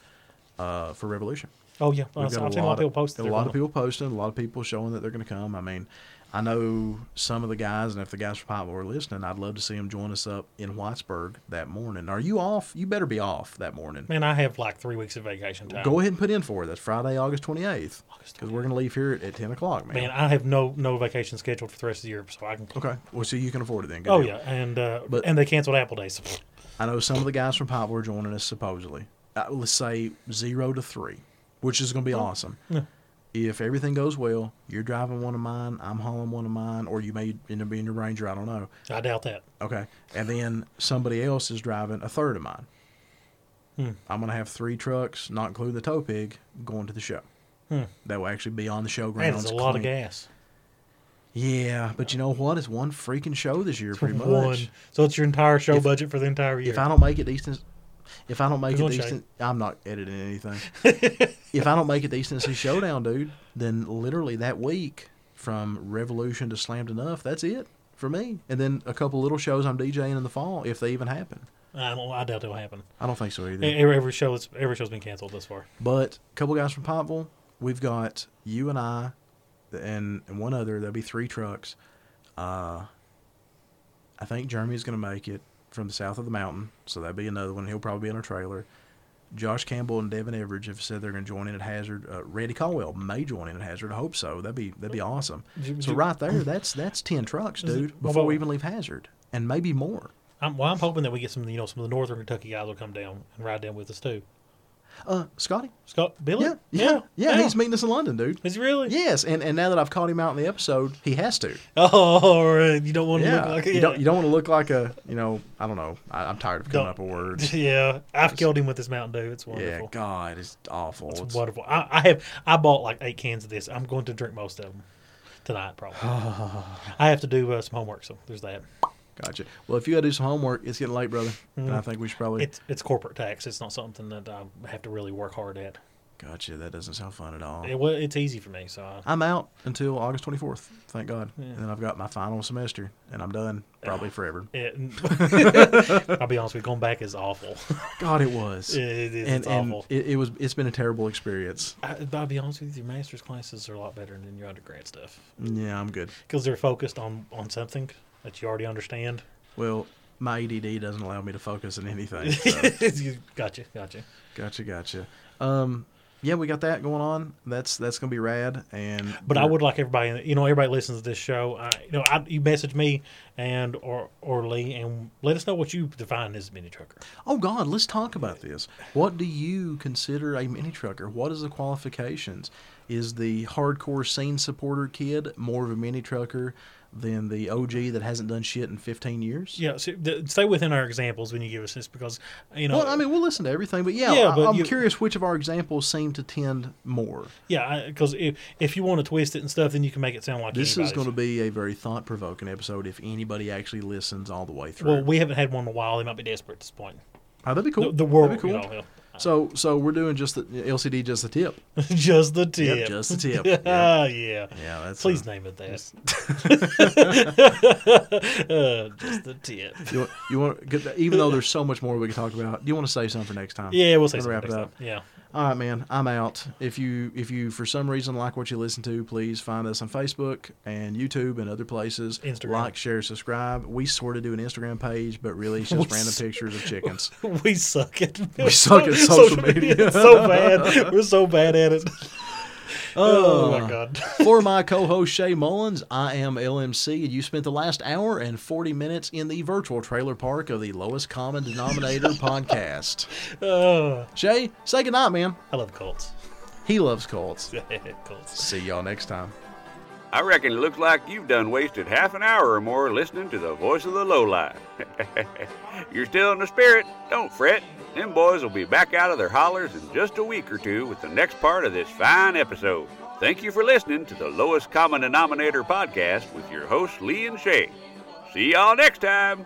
uh, for Revolution. oh yeah, We've I've seen got a a lot of people post. a lot of people posting, a lot of people showing that they're going to come. I mean, I know some of the guys, and if the guys from Pikeville were listening, I'd love to see them join us up in Whitesburg that morning. Are you off? You better be off that morning. Man, I have like three weeks of vacation time. Go ahead and put in for it. That's Friday, August 28th. August Because we're going to leave here at, at 10 o'clock, man. Man, I have no no vacation scheduled for the rest of the year, so I can. okay. Well, see, you can afford it then. Good Oh deal. yeah, and uh, But- and they canceled Apple Day. So I know some of the guys from Pikeville are joining us supposedly. Uh, let's say zero to three, which is going to Oh. be awesome. If everything goes well, you're driving one of mine, I'm hauling one of mine, or you may end up being your Ranger. I don't know. I doubt that. Okay. And then somebody else is driving a third of mine. Hmm. I'm going to have three trucks, not including the tow pig, going to the show. That will actually be on the show Man, grounds. it's Hmm. a lot of clean. gas. Yeah, but you know what? It's one freaking show this year, pretty much. One, so it's your entire show If- budget for the entire year. If I don't make it to East Tennes- if I don't make Come it on, to East Shane. Ten- I'm not editing anything. if I don't make it to East Tennessee Showdown, dude, then literally that week from Revolution to Slammed Enough, that's it for me. And then a couple little shows I'm DJing in the fall, if they even happen. I, don't, I doubt it'll happen. I don't think so either. E- Every, every show, is, every show's been canceled thus far. But a couple guys from Pikeville, we've got you and I, and, and one other. There'll be three trucks. Uh, I think Jeremy's going to make it from the south of the mountain, so that'll be another one. He'll probably be in a trailer. Josh Campbell and Devin Everidge have said they're going to join in at Hazard. Uh, Randy Caldwell may join in at Hazard. I hope so. That'd be that'd be awesome. Do- So do- right there, that's that's ten trucks, dude. what Before we about- even leave Hazard, and maybe more. I'm, well, I'm hoping that we get some, you know, some of the Northern Kentucky guys will come down and ride down with us too. Uh, Scotty. Scott Billy? Yeah, yeah, yeah, He's meeting us in London, dude. Is he really? Yes, and, and now that I've caught him out in the episode, he has to. Oh, right. you don't want to Yeah, look like you don't you don't want to look like a you know I don't know I, I'm tired of coming Don't- up with words. Yeah, I've killed him with this Mountain Dew. It's yeah, wonderful. God, it's awful. it's It's- wonderful. I, I have I bought like eight cans of this. I'm going to drink most of them tonight, probably. I have to do uh, some homework, so there's that. gotcha. Well, if you got to do some homework, it's getting late, brother, and I think we should probably. Mm. It's it's corporate tax. It's not something that I have to really work hard at. gotcha. That doesn't sound fun at all. It, well, it's easy for me, so I, I'm out until August 24th. Thank God, and then I've got my final semester, and I'm done Ah. probably forever. it- I'll be honest with you. Going back is awful. God, it was. It is. and it's and awful. it, it was. It's been a terrible experience. I, but I'll be honest with you. Your master's classes are a lot better than your undergrad stuff Yeah, I'm good. because they're focused on on something that you already understand. Well, my ADD doesn't allow me to focus on anything. so. You- gotcha, gotcha. Gotcha, gotcha. Um, yeah, we got that going on. That's that's gonna be rad. And But I we're- would like everybody, you know, everybody listens to this show. I, you know, I, you message me and or or Lee and let us know what you define as a mini trucker. Oh God, let's talk about this. What do you consider a mini trucker? What is the qualifications? Is the hardcore scene supporter kid more of a mini trucker than the OG that hasn't done shit in fifteen years? Yeah, so th- stay within our examples when you give us this because you know, Well, I mean, we'll listen to everything, but yeah, Yeah, I, but I'm you- curious which of our examples seem to tend more. yeah, because if if you want to twist it and stuff, then you can make it sound like This is going anybody's. to be a very thought-provoking episode if anybody actually listens all the way through. Well, we haven't had one in a while. They might be desperate at this point. oh, that'd be cool. The, the world, That'd be you cool. know, So, so we're doing just the LCD, just the tip. just the tip. Yep, just the tip. yeah. Yep. Yeah, yeah. that's. Please uh, name it that. uh, just the tip. you want, you want good- even though there's so much more we could talk about. Do you want to save something for next time? Yeah, we'll say Gonna something wrap next it time. up. Yeah. All right, man. I'm out. If you if you for some reason like what you listen to, please find us on Facebook and YouTube and other places. Instagram. Like, share, subscribe. We sort of do an Instagram page, but really it's just We random s- pictures of chickens. We suck at We suck at social media. It's so bad. We're so bad at it. Oh, my god. For my co-host Shay Mullins, I am LMC, and you spent the last hour and 40 minutes in the virtual trailer park of the lowest common denominator podcast. Oh, Shay, say goodnight, man. I love cults. He loves Colts. cults. See y'all next time. I reckon it looks like you've done wasted half an hour or more listening to the voice of the lowlife. You're still in the spirit, don't fret. Them boys will be back out of their hollers in just a week or two with the next part of this fine episode. Thank you for listening to the Lowest Common Denominator podcast with your hosts Lee and Shay. See y'all next time.